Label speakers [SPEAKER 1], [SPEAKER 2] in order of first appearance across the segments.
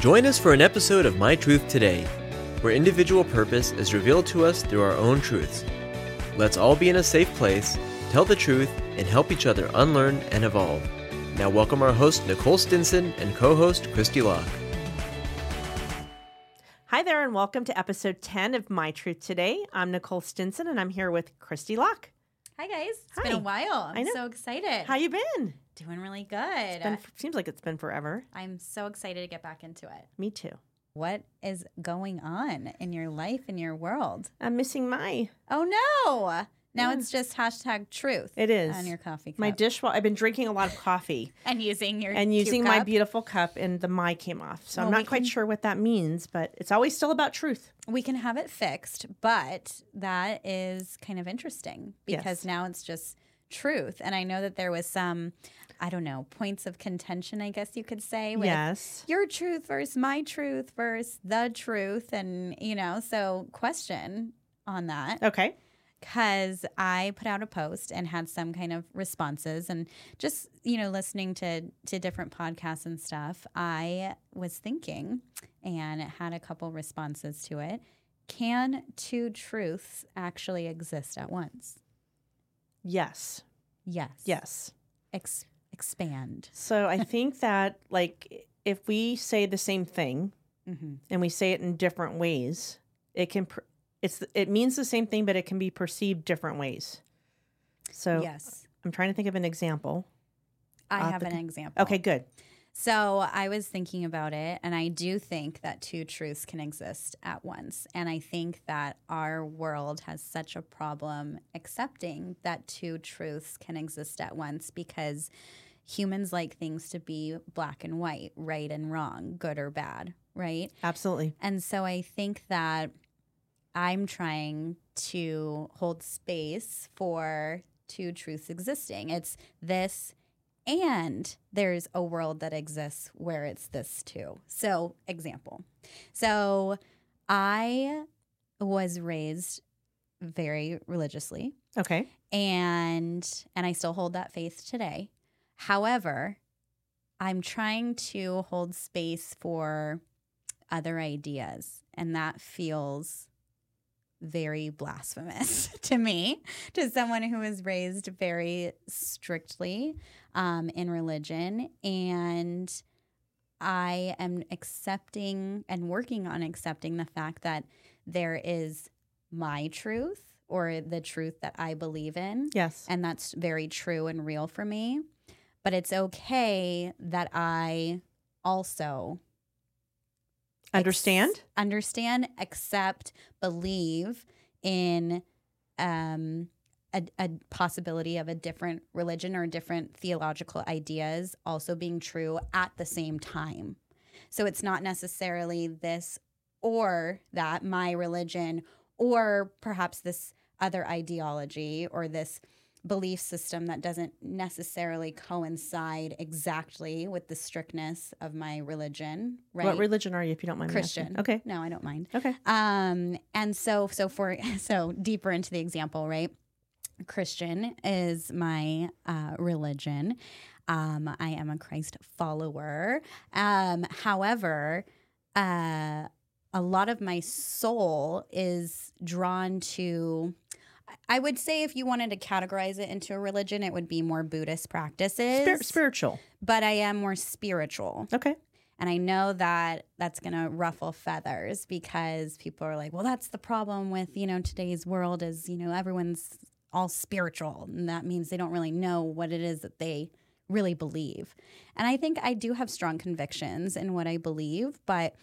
[SPEAKER 1] Join us for an episode of My Truth Today, where individual purpose is revealed to us through our own truths. Let's all be in a safe place, tell the truth, and help each other unlearn and evolve. Now, welcome our host, Nicole Stinson, and co host, Christy Locke.
[SPEAKER 2] Hi there, and welcome to episode 10 of My Truth Today. I'm Nicole Stinson, and I'm here with Christy Locke.
[SPEAKER 3] Hi guys, It's
[SPEAKER 2] Hi.
[SPEAKER 3] been a while. I'm
[SPEAKER 2] I know.
[SPEAKER 3] so excited.
[SPEAKER 2] How you been?
[SPEAKER 3] Doing really good.
[SPEAKER 2] It's been, seems like it's been forever.
[SPEAKER 3] I'm so excited to get back into it.
[SPEAKER 2] Me too.
[SPEAKER 3] What is going on in your life in your world?
[SPEAKER 2] I'm missing my.
[SPEAKER 3] Oh no! Now
[SPEAKER 2] Yeah.
[SPEAKER 3] it's just hashtag truth.
[SPEAKER 2] It is.
[SPEAKER 3] on your coffee cup.
[SPEAKER 2] My dishwasher. I've been drinking a lot of coffee
[SPEAKER 3] and using your
[SPEAKER 2] and
[SPEAKER 3] cute
[SPEAKER 2] using my
[SPEAKER 3] cup.
[SPEAKER 2] beautiful cup, and the my came off. So I'm
[SPEAKER 3] Well,
[SPEAKER 2] not
[SPEAKER 3] we
[SPEAKER 2] quite
[SPEAKER 3] can-
[SPEAKER 2] sure what that means, but it's always still about truth.
[SPEAKER 3] we can have it fixed, but that is kind of interesting because
[SPEAKER 2] Yes.
[SPEAKER 3] now it's just truth. And I know that there was some, I don't know, points of contention. I guess you could say with
[SPEAKER 2] Yes.
[SPEAKER 3] your truth versus my truth versus the truth and you know so question on that
[SPEAKER 2] Okay.
[SPEAKER 3] because i put out a post and had some kind of responses and just you know listening to to different podcasts and stuff i was thinking and had a couple responses to it can two truths actually exist at once
[SPEAKER 2] Yes.
[SPEAKER 3] yes
[SPEAKER 2] Yes.
[SPEAKER 3] Ex- expand
[SPEAKER 2] So I think that, like, if we say the same thing,
[SPEAKER 3] mm-hmm.
[SPEAKER 2] and we say it in different ways, it can per- it's it means the same thing, but it can be perceived different ways. So
[SPEAKER 3] yes
[SPEAKER 2] I'm trying to think of an example.
[SPEAKER 3] i
[SPEAKER 2] Uh,
[SPEAKER 3] have
[SPEAKER 2] the
[SPEAKER 3] an
[SPEAKER 2] con-
[SPEAKER 3] example
[SPEAKER 2] Okay, good.
[SPEAKER 3] So I was thinking about it, and I do think that two truths can exist at once. And I think that our world has such a problem accepting that two truths can exist at once because humans like things to be black and white, right and wrong, good or bad, right?
[SPEAKER 2] Absolutely.
[SPEAKER 3] And so I think that I'm trying to hold space for two truths existing. It's this and there's a world that exists where it's this too. So, example. So, I was raised very religiously
[SPEAKER 2] Okay.
[SPEAKER 3] and and I still hold that faith today. However, I'm trying to hold space for other ideas, and that feels very blasphemous to me, to someone who was raised very strictly um, in religion. And I am accepting and working on accepting the fact that there is my truth or the truth that I believe in
[SPEAKER 2] Yes.
[SPEAKER 3] and that's very true and real for me. But it's okay that I also
[SPEAKER 2] Understand?
[SPEAKER 3] ex- understand, accept, believe in um, a, a possibility of a different religion or different theological ideas also being true at the same time. So it's not necessarily this or that, my religion, or perhaps this other ideology or this belief system that doesn't necessarily coincide exactly with the strictness of my religion, right?
[SPEAKER 2] What religion are you, if you don't mind? me asking?
[SPEAKER 3] Christian.
[SPEAKER 2] Okay.
[SPEAKER 3] No, I don't mind.
[SPEAKER 2] Okay.
[SPEAKER 3] Um, and so so for so deeper into the example, right? Christian is my uh, religion. Um, I am a Christ follower. Um, however, uh, a lot of my soul is drawn to. I would say if you wanted to categorize it into a religion, it would be more Buddhist practices.
[SPEAKER 2] Spir- spiritual.
[SPEAKER 3] but I am more spiritual.
[SPEAKER 2] Okay.
[SPEAKER 3] And I know that that's going to ruffle feathers because people are like, well, that's the problem with, you know, today's world is, you know, everyone's all spiritual. And that means they don't really know what it is that they really believe. And I think I do have strong convictions in what I believe. But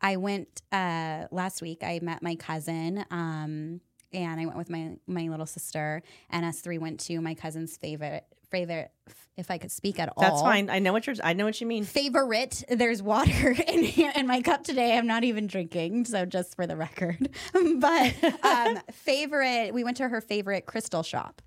[SPEAKER 3] I went uh, last week, I met my cousin. Um, and I went with my my little sister, and us three went to my cousin's favorite favorite. If I could speak at all,
[SPEAKER 2] That's fine. I know what you're I know what you mean.
[SPEAKER 3] favorite. There's water in, in my cup today. I'm not even drinking, so just for the record. but um, favorite, we went to her favorite crystal shop.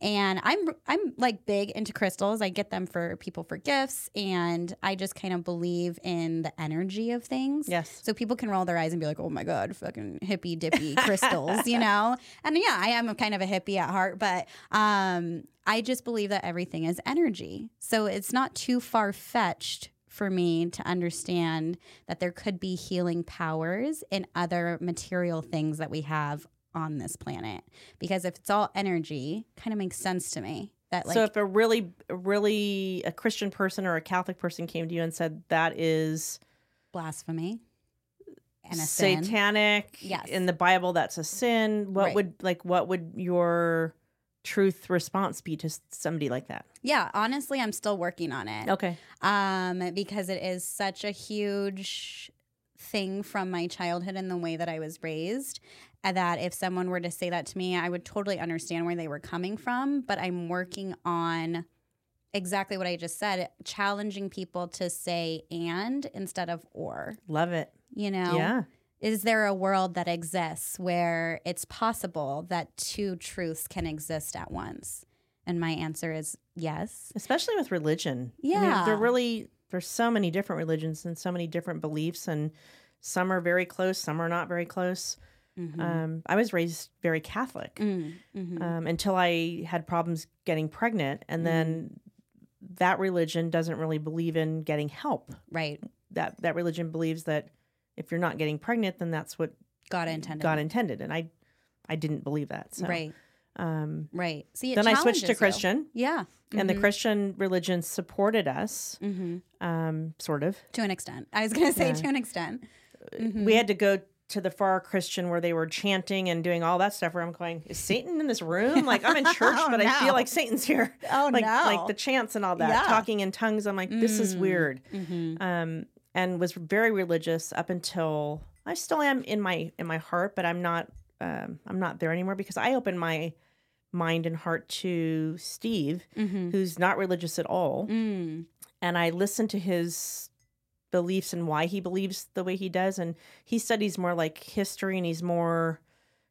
[SPEAKER 3] And I'm I'm like big into crystals. I get them for people for gifts and I just kind of believe in the energy of things.
[SPEAKER 2] Yes.
[SPEAKER 3] So people can roll their eyes and be like, "Oh my god, fucking hippy dippy crystals," you know. And yeah, I am kind of a hippie at heart, but um, I just believe that everything is energy. So it's not too far fetched for me to understand that there could be healing powers in other material things that we have on this planet. Because if it's all energy, kind of makes sense to me that like
[SPEAKER 2] so if a really, really a Christian person or a Catholic person came to you and said that is
[SPEAKER 3] blasphemy and a sin.
[SPEAKER 2] satanic,
[SPEAKER 3] Yes.
[SPEAKER 2] in the Bible that's a sin, what
[SPEAKER 3] Right.
[SPEAKER 2] would like what would your truth response be to s- somebody like that?
[SPEAKER 3] Yeah, honestly, I'm still working on it.
[SPEAKER 2] Okay,
[SPEAKER 3] um, because it is such a huge thing from my childhood and the way that I was raised. uh, That if someone were to say that to me, I would totally understand where they were coming from. But I'm working on exactly what I just said, challenging people to say and instead of or.
[SPEAKER 2] love it.
[SPEAKER 3] You know,
[SPEAKER 2] Yeah,
[SPEAKER 3] is there a world that exists where it's possible that two truths can exist at once? And my answer is yes.
[SPEAKER 2] especially with religion.
[SPEAKER 3] Yeah.
[SPEAKER 2] they're really there's so many different religions and so many different beliefs, and some are very close, some are not very close.
[SPEAKER 3] Mhm.
[SPEAKER 2] Um, I was raised very Catholic.
[SPEAKER 3] Mm, mhm.
[SPEAKER 2] um, until I had problems getting pregnant. And then
[SPEAKER 3] Mm-hmm.
[SPEAKER 2] that religion doesn't really believe in getting help.
[SPEAKER 3] right.
[SPEAKER 2] That that religion believes that if you're not getting pregnant, then that's what
[SPEAKER 3] God intended.
[SPEAKER 2] God intended. And I I didn't believe that. So
[SPEAKER 3] Right.
[SPEAKER 2] um,
[SPEAKER 3] Right. See, it
[SPEAKER 2] then I switched
[SPEAKER 3] challenges
[SPEAKER 2] to
[SPEAKER 3] you. Mm-hmm.
[SPEAKER 2] Christian,
[SPEAKER 3] Yeah.
[SPEAKER 2] and the Christian religion supported us,
[SPEAKER 3] hmm
[SPEAKER 2] um, sort of.
[SPEAKER 3] To an extent. I was going to say
[SPEAKER 2] Yeah.
[SPEAKER 3] to an extent. Mhm.
[SPEAKER 2] We had to go. To the far Christian where they were chanting and doing all that stuff, where I'm going, is Satan in this room? Like I'm in church,
[SPEAKER 3] Oh,
[SPEAKER 2] but I
[SPEAKER 3] no.
[SPEAKER 2] feel like Satan's here.
[SPEAKER 3] Oh,
[SPEAKER 2] like like the chants and all that
[SPEAKER 3] Yeah.
[SPEAKER 2] talking in tongues i'm like this is
[SPEAKER 3] Mm.
[SPEAKER 2] weird
[SPEAKER 3] hmm
[SPEAKER 2] um and was very religious up until i still am in my in my heart but i'm not um i'm not there anymore because i opened my mind and heart to steve
[SPEAKER 3] hmm
[SPEAKER 2] who's not religious at all
[SPEAKER 3] Mm.
[SPEAKER 2] and i listened to his beliefs and why he believes the way he does and he studies more like history and he's more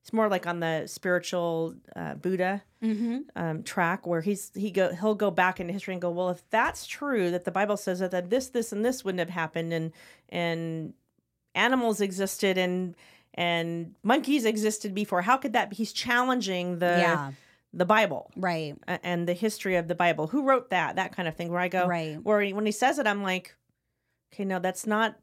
[SPEAKER 2] he's more like on the spiritual uh, buddha
[SPEAKER 3] hmm
[SPEAKER 2] um, track where he's he go he'll go back into history and go well if that's true that the Bible says that, that this this and this wouldn't have happened and and animals existed and and monkeys existed before how could that be he's challenging the
[SPEAKER 3] yeah.
[SPEAKER 2] the Bible
[SPEAKER 3] Right.
[SPEAKER 2] a- and the history of the Bible who wrote that that kind of thing where I go
[SPEAKER 3] Right.
[SPEAKER 2] where he- when he says it I'm like okay no that's not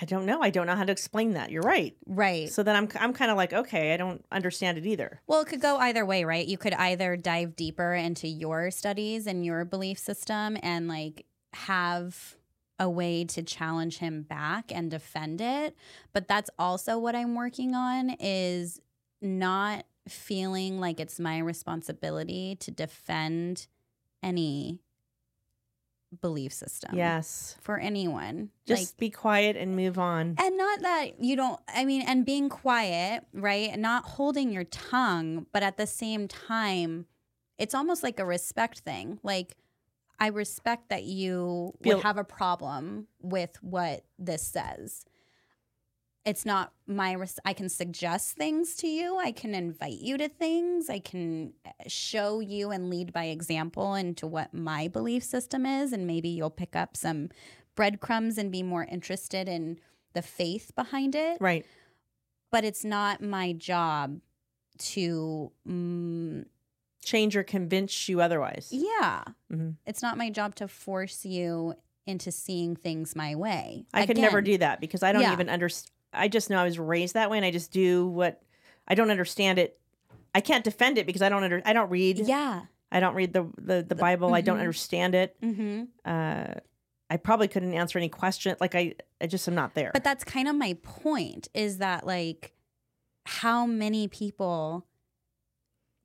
[SPEAKER 2] I don't know I don't know how to explain that you're right
[SPEAKER 3] Right.
[SPEAKER 2] so then I'm I'm kind of like okay I don't understand it either
[SPEAKER 3] Well, it could go either way, right? You could either dive deeper into your studies and your belief system and like have a way to challenge him back and defend it, but that's also what I'm working on is not feeling like it's my responsibility to defend any belief system.
[SPEAKER 2] yes
[SPEAKER 3] For anyone.
[SPEAKER 2] just
[SPEAKER 3] like
[SPEAKER 2] be quiet and move on
[SPEAKER 3] and not that you don't, I mean, and being quiet, right? Not holding your tongue, but at the same time, it's almost like a respect thing. Like, I respect that you
[SPEAKER 2] Feel-
[SPEAKER 3] would have a problem with what this says. It's not my, res- I can suggest things to you. I can invite you to things. I can uh, show you and lead by example into what my belief system is. And maybe you'll pick up some breadcrumbs and be more interested in the faith behind it,
[SPEAKER 2] Right.
[SPEAKER 3] but it's not my job to, mm,
[SPEAKER 2] Change or convince you otherwise.
[SPEAKER 3] yeah,
[SPEAKER 2] Mhm.
[SPEAKER 3] it's not my job to force you into seeing things my way.
[SPEAKER 2] I could never
[SPEAKER 3] Again,
[SPEAKER 2] do that because I don't
[SPEAKER 3] Yeah.
[SPEAKER 2] even understand. I just know I was raised that way, and I just do what I don't understand it. I can't defend it because I don't under. I don't read.
[SPEAKER 3] Yeah.
[SPEAKER 2] I don't read the the, the Bible. I don't
[SPEAKER 3] mhm.
[SPEAKER 2] understand it.
[SPEAKER 3] hmm
[SPEAKER 2] Uh, I probably couldn't answer any question. Like I, I just am not there.
[SPEAKER 3] But that's kind of my point is that, like, how many people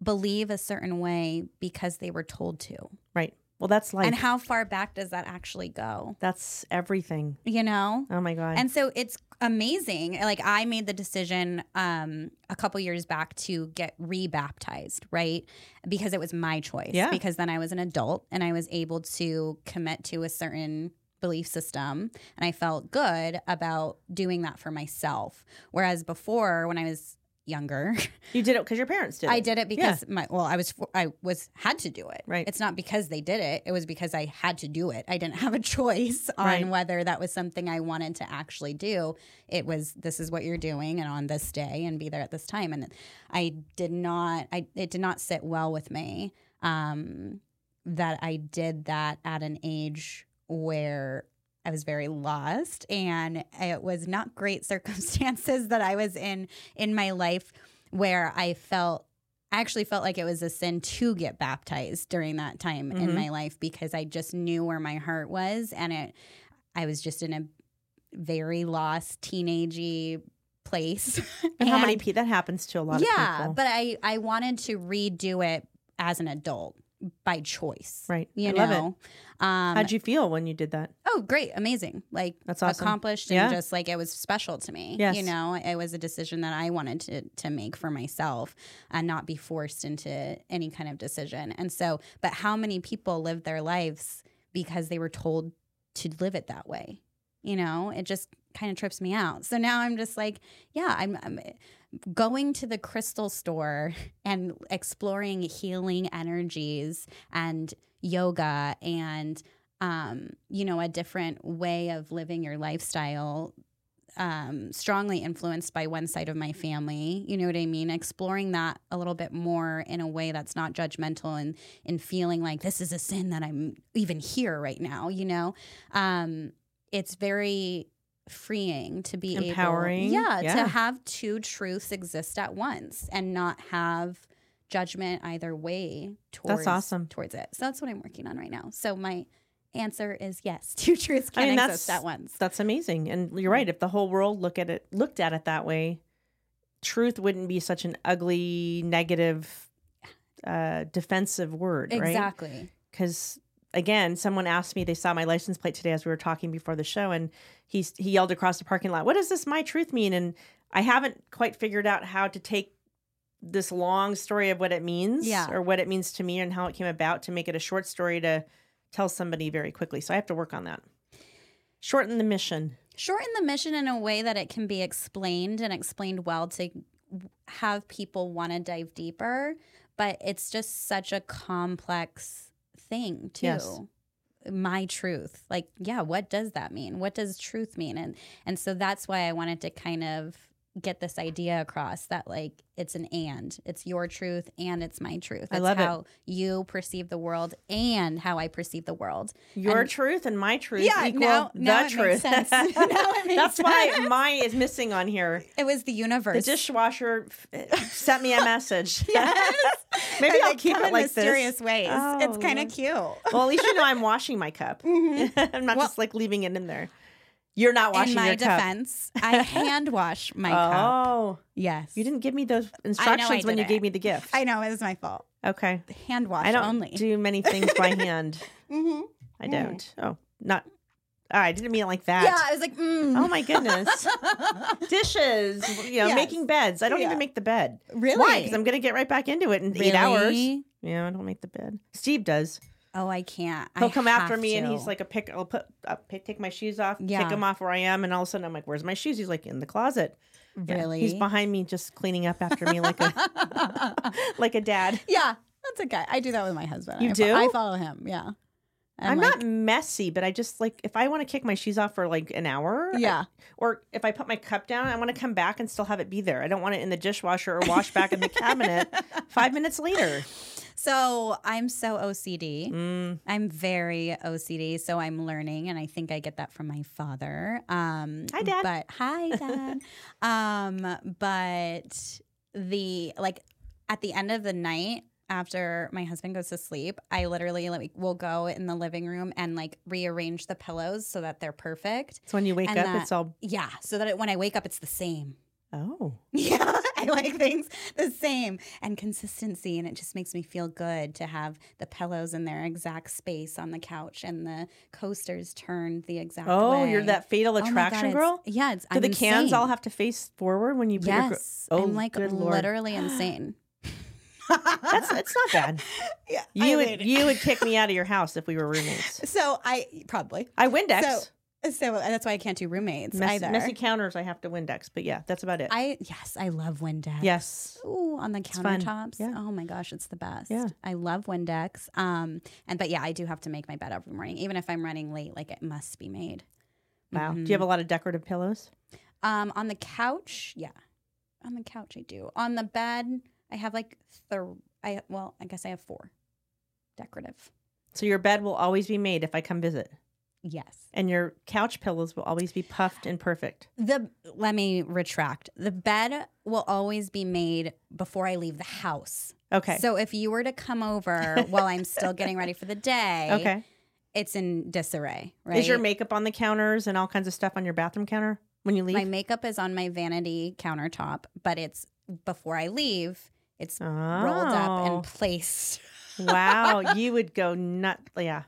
[SPEAKER 3] believe a certain way because they were told to?
[SPEAKER 2] right. Well, that's life.
[SPEAKER 3] and how far back does that actually go?
[SPEAKER 2] that's everything.
[SPEAKER 3] You know?
[SPEAKER 2] Oh my god.
[SPEAKER 3] And so it's amazing. Like I made the decision um, a couple years back to get rebaptized, right? Because it was my choice.
[SPEAKER 2] Yeah.
[SPEAKER 3] Because then I was an adult and I was able to commit to a certain belief system and I felt good about doing that for myself. Whereas before when I was younger,
[SPEAKER 2] you did it because your parents did.
[SPEAKER 3] I
[SPEAKER 2] it.
[SPEAKER 3] did it because my well, I was for, I was had to do it.
[SPEAKER 2] Right.
[SPEAKER 3] It's not because they did it. It was because I had to do it. I didn't have a choice on
[SPEAKER 2] Right.
[SPEAKER 3] whether that was something I wanted to actually do. It was this is what you're doing and on this day and be there at this time. And I did not. I it did not sit well with me um, that I did that at an age where I was very lost and it was not great circumstances that I was in in my life where I felt I actually felt like it was a sin to get baptized during that time in
[SPEAKER 2] Mhm.
[SPEAKER 3] my life because I just knew where my heart was and it I was just in a very lost teenagey place.
[SPEAKER 2] And how many
[SPEAKER 3] And-
[SPEAKER 2] people that happens to a lot
[SPEAKER 3] yeah,
[SPEAKER 2] of people?
[SPEAKER 3] but I I wanted to redo it as an adult by choice.
[SPEAKER 2] right.
[SPEAKER 3] You
[SPEAKER 2] I
[SPEAKER 3] know.
[SPEAKER 2] love it.
[SPEAKER 3] Um
[SPEAKER 2] How'd you feel when you did that?
[SPEAKER 3] oh great amazing like
[SPEAKER 2] That's awesome.
[SPEAKER 3] accomplished and
[SPEAKER 2] Yeah.
[SPEAKER 3] just like it was special to me
[SPEAKER 2] Yes.
[SPEAKER 3] you know it was a decision that i wanted to, to make for myself and not be forced into any kind of decision and so but how many people live their lives because they were told to live it that way you know it just kind of trips me out so now i'm just like yeah i'm, I'm going to the crystal store and exploring healing energies and yoga and um, you know a different way of living your lifestyle um, strongly influenced by one side of my family you know what i mean exploring that a little bit more in a way that's not judgmental and and feeling like this is a sin that i'm even here right now you know um, it's very freeing to be able-
[SPEAKER 2] Empowering.
[SPEAKER 3] yeah,
[SPEAKER 2] Yeah.
[SPEAKER 3] to have two truths exist at once and not have judgment either way towards
[SPEAKER 2] awesome.
[SPEAKER 3] towards it. So that's what I'm working on right now. So my answer is yes. Two truths
[SPEAKER 2] I
[SPEAKER 3] can
[SPEAKER 2] mean,
[SPEAKER 3] exist
[SPEAKER 2] that's-
[SPEAKER 3] at once.
[SPEAKER 2] That's amazing. And you're right. If the whole world look at it looked at it that way, truth wouldn't be such an ugly, negative, uh, defensive word, right?
[SPEAKER 3] Exactly.
[SPEAKER 2] because again, someone asked me, they saw my license plate today as we were talking before the show, and he he yelled across the parking lot, "What does this my truth mean?" And I haven't quite figured out how to take this long story of what it means,
[SPEAKER 3] Yeah.
[SPEAKER 2] or what it means to me, and how it came about to make it a short story to tell somebody very quickly. So I have to work on that. Shorten the mission.
[SPEAKER 3] Shorten the mission in a way that it can be explained and explained well to have people want to dive deeper, but it's just such a complex thing too.
[SPEAKER 2] Yes.
[SPEAKER 3] My truth. Like, yeah, what does that mean? What does truth mean? And and so that's why I wanted to kind of get this idea across that like it's an and. It's your truth and it's my truth. It's
[SPEAKER 2] I love it.
[SPEAKER 3] how you perceive the world and how I perceive the world.
[SPEAKER 2] Your
[SPEAKER 3] And-
[SPEAKER 2] truth and my truth
[SPEAKER 3] Yeah,
[SPEAKER 2] equal
[SPEAKER 3] now-
[SPEAKER 2] the
[SPEAKER 3] now it makes
[SPEAKER 2] truth.
[SPEAKER 3] sense. Now it makes
[SPEAKER 2] That's why
[SPEAKER 3] sense.
[SPEAKER 2] my is missing on here.
[SPEAKER 3] It was
[SPEAKER 2] The
[SPEAKER 3] the universe.
[SPEAKER 2] dishwasher f- sent me a message.
[SPEAKER 3] Yes.
[SPEAKER 2] Maybe
[SPEAKER 3] And
[SPEAKER 2] I'll
[SPEAKER 3] they
[SPEAKER 2] keep
[SPEAKER 3] come
[SPEAKER 2] it
[SPEAKER 3] in
[SPEAKER 2] like this.
[SPEAKER 3] mysterious ways. it's
[SPEAKER 2] Oh, Mm-hmm.
[SPEAKER 3] kind
[SPEAKER 2] yeah.
[SPEAKER 3] of cute.
[SPEAKER 2] Well, at least you know I'm washing my cup. I'm not
[SPEAKER 3] Mm-hmm. Well-
[SPEAKER 2] just like leaving it in there. You're not washing
[SPEAKER 3] in my
[SPEAKER 2] your cup.
[SPEAKER 3] defense, I hand wash my cup.
[SPEAKER 2] oh,
[SPEAKER 3] Yes,
[SPEAKER 2] you didn't give me those instructions when you
[SPEAKER 3] didn't.
[SPEAKER 2] gave me the gift.
[SPEAKER 3] I know it was my fault.
[SPEAKER 2] okay.
[SPEAKER 3] Hand wash
[SPEAKER 2] I don't
[SPEAKER 3] only.
[SPEAKER 2] do many things by hand.
[SPEAKER 3] hmm
[SPEAKER 2] I
[SPEAKER 3] Mm.
[SPEAKER 2] don't. Oh, not. ah, I didn't mean it like that.
[SPEAKER 3] Yeah, I was like, mm.
[SPEAKER 2] Oh my goodness. Dishes, you know,
[SPEAKER 3] Yes.
[SPEAKER 2] making beds. I don't
[SPEAKER 3] Yeah.
[SPEAKER 2] even make the bed.
[SPEAKER 3] really?
[SPEAKER 2] Why? Because I'm going to get right back into it in eight hours.
[SPEAKER 3] Really?
[SPEAKER 2] Yeah, I don't make the bed. Steve does.
[SPEAKER 3] Oh, I can't.
[SPEAKER 2] He'll
[SPEAKER 3] I
[SPEAKER 2] come after
[SPEAKER 3] have
[SPEAKER 2] me and
[SPEAKER 3] to.
[SPEAKER 2] he's like, a pick, I'll put, I'll pick, take my shoes off,
[SPEAKER 3] Yeah.
[SPEAKER 2] kick them off where I am. And all of a sudden I'm like, where's my shoes? He's like, in the closet. Yeah,
[SPEAKER 3] really?
[SPEAKER 2] He's behind me just cleaning up after me like a, like a dad.
[SPEAKER 3] yeah, that's okay. I do that with my husband.
[SPEAKER 2] You
[SPEAKER 3] I fo- I
[SPEAKER 2] do?
[SPEAKER 3] follow him. Yeah, And,
[SPEAKER 2] I'm,
[SPEAKER 3] like,
[SPEAKER 2] not messy, but I just like, if I want to kick my shoes off for like an hour I-
[SPEAKER 3] Yeah,
[SPEAKER 2] or if I put my cup down, I want to come back and still have it be there. I don't want it in the dishwasher or wash back in the cabinet five minutes later.
[SPEAKER 3] so I'm so OCD.
[SPEAKER 2] Mm,
[SPEAKER 3] I'm very OCD, so I'm learning, and I think I get that from my father. Um,
[SPEAKER 2] Hi, Dad.
[SPEAKER 3] But hi, Dad. um, but the like at the end of the night after my husband goes to sleep, I literally like will go in the living room and like rearrange the pillows so that they're perfect.
[SPEAKER 2] so when you wake
[SPEAKER 3] And
[SPEAKER 2] up,
[SPEAKER 3] that-
[SPEAKER 2] it's all,
[SPEAKER 3] Yeah, so that it, when I wake up, it's the same.
[SPEAKER 2] oh,
[SPEAKER 3] Yeah, I like things the same and consistency, and it just makes me feel good to have the pillows in their exact space on the couch and the coasters turned the exact way.
[SPEAKER 2] oh, you're that fatal
[SPEAKER 3] Oh my God,
[SPEAKER 2] attraction
[SPEAKER 3] it's-
[SPEAKER 2] girl?
[SPEAKER 3] Yeah, it's
[SPEAKER 2] Do
[SPEAKER 3] I'm
[SPEAKER 2] the cans all
[SPEAKER 3] insane.
[SPEAKER 2] have to face forward when you put your gr-
[SPEAKER 3] Yes,
[SPEAKER 2] Oh,
[SPEAKER 3] I'm like
[SPEAKER 2] good Lord.
[SPEAKER 3] literally insane.
[SPEAKER 2] That's it's not bad.
[SPEAKER 3] yeah,
[SPEAKER 2] You
[SPEAKER 3] I
[SPEAKER 2] would
[SPEAKER 3] mean-
[SPEAKER 2] you would kick me out of your house if we were roommates.
[SPEAKER 3] So I probably
[SPEAKER 2] I Windex
[SPEAKER 3] So, so that's why I can't do roommates
[SPEAKER 2] messy,
[SPEAKER 3] either.
[SPEAKER 2] messy counters. I have to Windex, but yeah, that's about it.
[SPEAKER 3] I yes, I love Windex.
[SPEAKER 2] yes,
[SPEAKER 3] Ooh, on the
[SPEAKER 2] fun.
[SPEAKER 3] countertops.
[SPEAKER 2] Yeah.
[SPEAKER 3] Oh my gosh, it's the best.
[SPEAKER 2] Yeah.
[SPEAKER 3] I love Windex. Um, and but yeah, I do have to make my bed every morning, even if I'm running late. Like it must be made. Mm-hmm.
[SPEAKER 2] wow. Do you have a lot of decorative pillows?
[SPEAKER 3] Um, on the couch, yeah, on the couch I do. On the bed, I have like three. I well, I guess I have four decorative.
[SPEAKER 2] So your bed will always be made if I come visit.
[SPEAKER 3] Yes.
[SPEAKER 2] and your couch pillows will always be puffed and perfect.
[SPEAKER 3] The let me retract. The bed will always be made before I leave the house.
[SPEAKER 2] Okay.
[SPEAKER 3] So if you were to come over while I'm still getting ready for the day,
[SPEAKER 2] okay.
[SPEAKER 3] it's in disarray, right?
[SPEAKER 2] Is your makeup on the counters and all kinds of stuff on your bathroom counter when you leave?
[SPEAKER 3] My makeup is on my vanity countertop, but it's before I leave, it's rolled up
[SPEAKER 2] Oh.
[SPEAKER 3] and placed.
[SPEAKER 2] and Oh, wow, you would go nut. Yeah.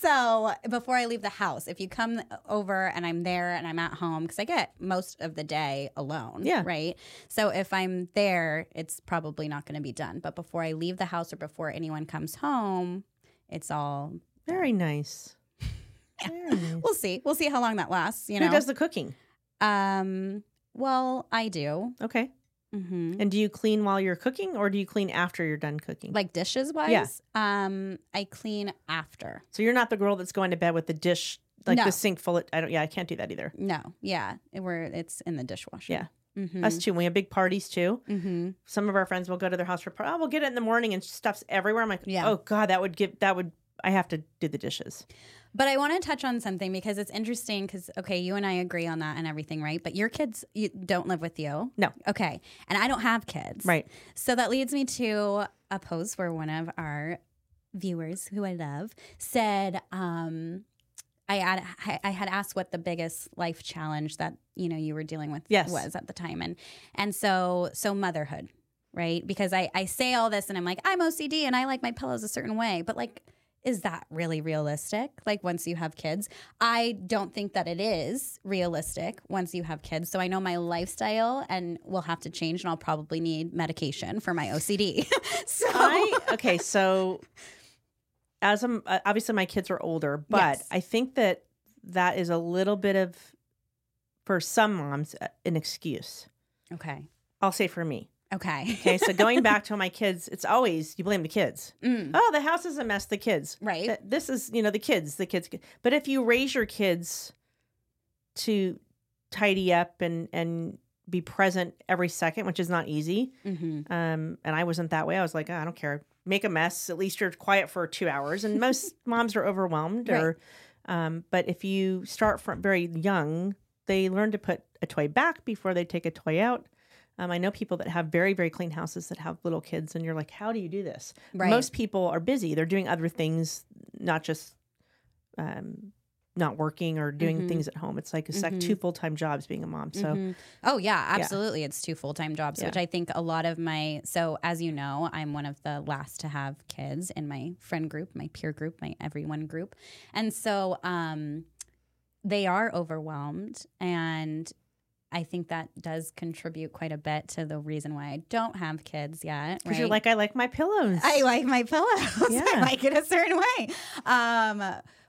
[SPEAKER 3] So before I leave the house, if you come over and I'm there and I'm at home, because I get most of the day alone,
[SPEAKER 2] Yeah.
[SPEAKER 3] right? So if I'm there, it's probably not going to be done. But before I leave the house or before anyone comes home, it's all.
[SPEAKER 2] Very nice. Very nice.
[SPEAKER 3] We'll see. We'll see how long that lasts. You
[SPEAKER 2] Who
[SPEAKER 3] know.
[SPEAKER 2] does the cooking?
[SPEAKER 3] um. Well, I do.
[SPEAKER 2] Okay.
[SPEAKER 3] hmm
[SPEAKER 2] And do you clean while you're cooking or do you clean after you're done cooking?
[SPEAKER 3] Like dishes wise,
[SPEAKER 2] Yeah.
[SPEAKER 3] um, I clean after.
[SPEAKER 2] so you're not the girl that's going to bed with the dish, like
[SPEAKER 3] No.
[SPEAKER 2] the sink full of, I don't, yeah, I can't do that either.
[SPEAKER 3] No, yeah, it- we're it's in the dishwasher.
[SPEAKER 2] Yeah.
[SPEAKER 3] Mm-hmm.
[SPEAKER 2] Us too. When we have big parties too,
[SPEAKER 3] hmm
[SPEAKER 2] some of our friends will go to their house for, par- oh, we'll get it in the morning and stuff's everywhere. I'm like,
[SPEAKER 3] Yeah.
[SPEAKER 2] oh God, that would give, that would, I have to do the dishes.
[SPEAKER 3] But I want to touch on something because it's interesting. Because okay, you and I agree on that and everything, right? But your kids you, don't live with you.
[SPEAKER 2] No.
[SPEAKER 3] Okay, and I don't have kids.
[SPEAKER 2] Right.
[SPEAKER 3] So that leads me to a pose where one of our viewers, who I love, said, um, I, had, I- I had asked what the biggest life challenge that you know you were dealing with
[SPEAKER 2] Yes.
[SPEAKER 3] was at the time, and and so so motherhood, right? Because I I say all this and I'm like I'm OCD and I like my pillows a certain way, but like is that really realistic? Like once you have kids, I don't think that it is realistic once you have kids. So I know my lifestyle and will have to change, and I'll probably need medication for my OCD. so
[SPEAKER 2] I okay, so as I'm uh, obviously my kids are older, but
[SPEAKER 3] Yes.
[SPEAKER 2] I think that that is a little bit of for some moms uh, an excuse.
[SPEAKER 3] okay,
[SPEAKER 2] I'll say for me.
[SPEAKER 3] okay,
[SPEAKER 2] Okay, so going back to my kids, it's always you blame the kids.
[SPEAKER 3] Mm,
[SPEAKER 2] Oh, the house is a mess. The kids.
[SPEAKER 3] right.
[SPEAKER 2] Th- This is you know the kids. The kids. But if you raise your kids to tidy up and and be present every second, which is not easy,
[SPEAKER 3] hmm
[SPEAKER 2] um, and I wasn't that way. I was like, "Oh, I don't care. Make a mess. At least you're quiet for two hours. And most moms are overwhelmed. Or, um, but if you start from very young, they learn to put a toy back before they take a toy out. Um, I know people that have very very clean houses that have little kids, and you're like, how do you do this?
[SPEAKER 3] Right.
[SPEAKER 2] Most people are busy. They're doing other things, not just. Um, not working or doing
[SPEAKER 3] Mhm.
[SPEAKER 2] things at home. It's like it's like
[SPEAKER 3] Mhm.
[SPEAKER 2] two full time jobs being a mom. So
[SPEAKER 3] Mhm. oh yeah, absolutely. It's two full time jobs, which
[SPEAKER 2] Yeah.
[SPEAKER 3] I think a lot of my. So as you know, I'm one of the last to have kids in my friend group, my peer group, my everyone group, and so um, they are overwhelmed, and I think that does contribute quite a bit to the reason why I don't have kids yet.
[SPEAKER 2] because
[SPEAKER 3] Right?
[SPEAKER 2] you're like, I like my pillows.
[SPEAKER 3] I like my pillows. I
[SPEAKER 2] Yeah.
[SPEAKER 3] like it a certain way. Um,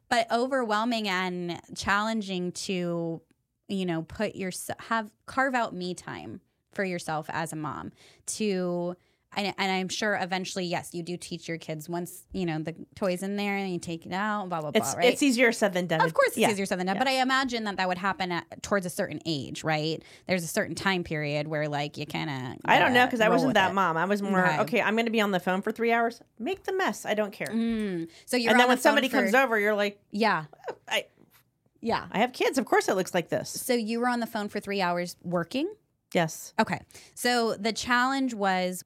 [SPEAKER 3] but overwhelming and challenging to, you know, put your have carve out me time for yourself as a mom to. And, and I'm sure eventually, yes, you do teach your kids once you know the toys in there and you take it out, blah blah
[SPEAKER 2] It's
[SPEAKER 3] blah. Right?
[SPEAKER 2] it's easier said than done.
[SPEAKER 3] Of course, it's
[SPEAKER 2] Yeah.
[SPEAKER 3] easier said than done. But I imagine that that would happen at, towards a certain age, right? There's a certain time period where like you kind of.
[SPEAKER 2] I don't know because I wasn't that
[SPEAKER 3] much.
[SPEAKER 2] mom. I was more
[SPEAKER 3] Okay.
[SPEAKER 2] okay. I'm going to be on the phone for three hours. Make the mess. I don't care.
[SPEAKER 3] Mm. So you're
[SPEAKER 2] and
[SPEAKER 3] on
[SPEAKER 2] then
[SPEAKER 3] the
[SPEAKER 2] when
[SPEAKER 3] phone
[SPEAKER 2] somebody
[SPEAKER 3] for-
[SPEAKER 2] comes over, you're like,
[SPEAKER 3] yeah,
[SPEAKER 2] I,
[SPEAKER 3] yeah.
[SPEAKER 2] I have kids. Of course, it looks like this.
[SPEAKER 3] So you were on the phone for three hours working?
[SPEAKER 2] Yes.
[SPEAKER 3] Okay. So the challenge was,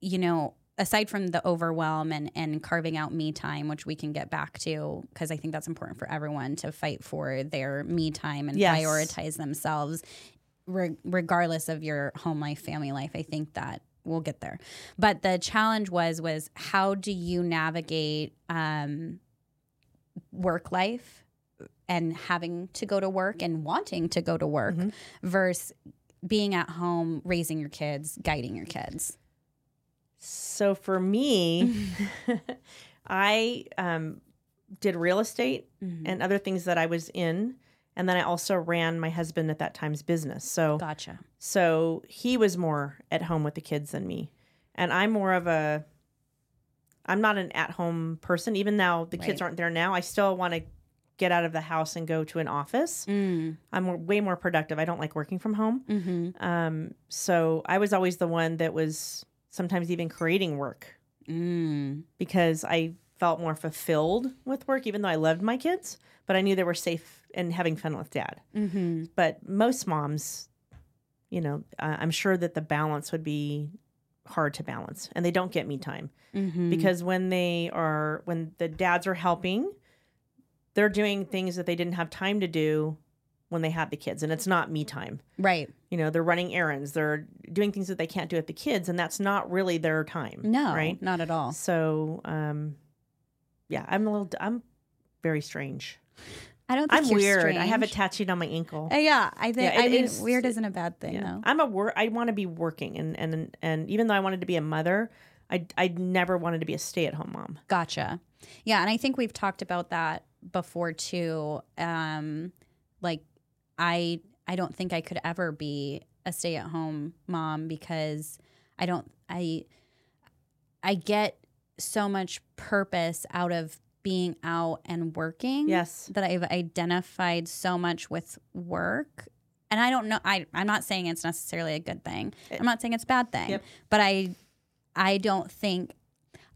[SPEAKER 3] you know, aside from the overwhelm and, and carving out me time, which we can get back to, because I think that's important for everyone to fight for their me time and
[SPEAKER 2] Yes.
[SPEAKER 3] prioritize themselves, re- regardless of your home life, family life. I think that we'll get there. But the challenge was, was how do you navigate um, work life? And having to go to work and wanting to go to work
[SPEAKER 2] Mhm.
[SPEAKER 3] versus being at home, raising your kids, guiding your kids.
[SPEAKER 2] So for me, I um, did real estate and other things that I was in, and then I also ran my husband at that time's business. So
[SPEAKER 3] Gotcha.
[SPEAKER 2] So he was more at home with the kids than me. And I'm more of a I'm not an at-home person even though the kids
[SPEAKER 3] Right.
[SPEAKER 2] aren't there now. I still want to get out of the house and go to an office. I'm more- way more productive. I don't like working from home.
[SPEAKER 3] Mm-hmm.
[SPEAKER 2] Um so I was always the one that was sometimes even creating work
[SPEAKER 3] Mm.
[SPEAKER 2] because I felt more fulfilled with work, even though I loved my kids, but I knew they were safe and having fun with dad.
[SPEAKER 3] Mm-hmm.
[SPEAKER 2] But most moms, you know, uh, I'm sure that the balance would be hard to balance and they don't get me time
[SPEAKER 3] Mm-hmm.
[SPEAKER 2] because when they are, when the dads are helping, they're doing things that they didn't have time to do when they had the kids. And it's not me time.
[SPEAKER 3] right.
[SPEAKER 2] You know, they're running errands, they're doing things that they can't do with the kids, and that's not really their time.
[SPEAKER 3] No,
[SPEAKER 2] Right?
[SPEAKER 3] not at all.
[SPEAKER 2] So, um, yeah, I'm a little, I'm very strange.
[SPEAKER 3] I don't think
[SPEAKER 2] I'm
[SPEAKER 3] you're
[SPEAKER 2] weird. I have a
[SPEAKER 3] strange.
[SPEAKER 2] tattooed on my ankle.
[SPEAKER 3] Uh, yeah, I think
[SPEAKER 2] Yeah,
[SPEAKER 3] I
[SPEAKER 2] it
[SPEAKER 3] mean,
[SPEAKER 2] is-
[SPEAKER 3] weird isn't a bad thing
[SPEAKER 2] Yeah.
[SPEAKER 3] though.
[SPEAKER 2] I'm a work. I want to be working, and and and even though I wanted to be a mother, I I never wanted to be a stay at home mom.
[SPEAKER 3] Gotcha. Yeah, and I think we've talked about that before too. Um, like I I don't think I could ever be a stay-at-home mom because I don't I I get so much purpose out of being out and working.
[SPEAKER 2] Yes.
[SPEAKER 3] That I've identified so much with work. And I don't know I I'm not saying it's necessarily a good thing. I'm not saying it's a bad thing.
[SPEAKER 2] Yep.
[SPEAKER 3] But I I don't think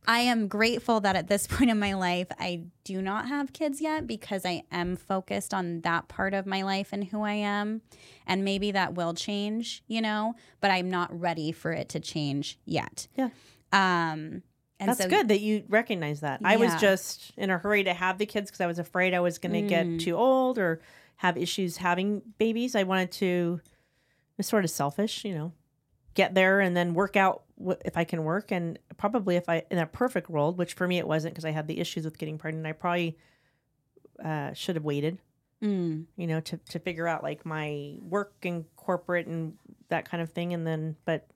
[SPEAKER 3] I am grateful that at this point in my life, I do not have kids yet because I am focused on that part of my life and who I am. And maybe that will change, you know, but I'm not ready for it to change yet.
[SPEAKER 2] Yeah.
[SPEAKER 3] Um, and
[SPEAKER 2] That's
[SPEAKER 3] so,
[SPEAKER 2] good that you recognize that. I was
[SPEAKER 3] Yeah.
[SPEAKER 2] just in a hurry to have the kids because I was afraid I was going to
[SPEAKER 3] Mm.
[SPEAKER 2] get too old or have issues having babies. I wanted to, it's sort of selfish, you know, get there and then work out wh- if I can work. And probably if I, in a perfect world, which for me it wasn't because I had the issues with getting pregnant, I probably uh, should have waited,
[SPEAKER 3] Mm,
[SPEAKER 2] you know, to, to figure out like my work and corporate and that kind of thing. And then, but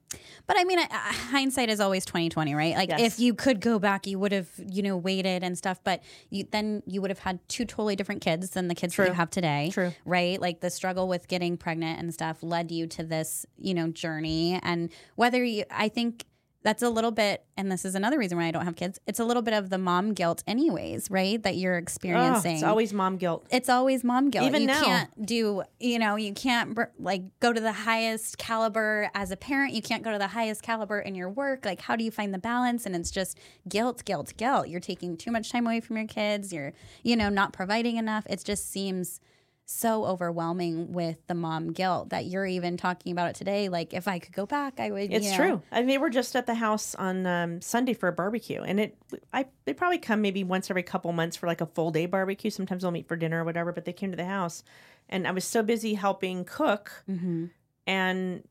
[SPEAKER 3] but I mean, I, I- hindsight is always twenty twenty, right? Like,
[SPEAKER 2] Yes.
[SPEAKER 3] if you could go back, you would have, you know, waited and stuff. But you then you would have had two totally different kids than the kids that
[SPEAKER 2] True.
[SPEAKER 3] you have today.
[SPEAKER 2] true.
[SPEAKER 3] right? Like the struggle with getting pregnant and stuff led you to this, you know, journey. And whether you, I think that's a little bit, and this is another reason why I don't have kids, it's a little bit of the mom guilt, anyways, right? That you're
[SPEAKER 2] Oh,
[SPEAKER 3] experiencing.
[SPEAKER 2] it's always mom guilt.
[SPEAKER 3] It's always mom guilt.
[SPEAKER 2] Even
[SPEAKER 3] you
[SPEAKER 2] now.
[SPEAKER 3] can't do, you know, you can't br- like go to the highest caliber as a parent. You can't go to the highest caliber in your work. Like, how do you find the balance? And it's just guilt, guilt, guilt. You're taking too much time away from your kids. You're, you know, not providing enough. It just seems so overwhelming with the mom guilt that you're even talking about it today. Like, if I could go back, I would. you
[SPEAKER 2] It's
[SPEAKER 3] know.
[SPEAKER 2] true. I mean, they were just at the house on um, Sunday for a barbecue, and it I they probably come maybe once every couple months for like a full day barbecue. Sometimes they'll meet for dinner or whatever. But they came to the house, and I was so busy helping cook
[SPEAKER 3] Mhm.
[SPEAKER 2] and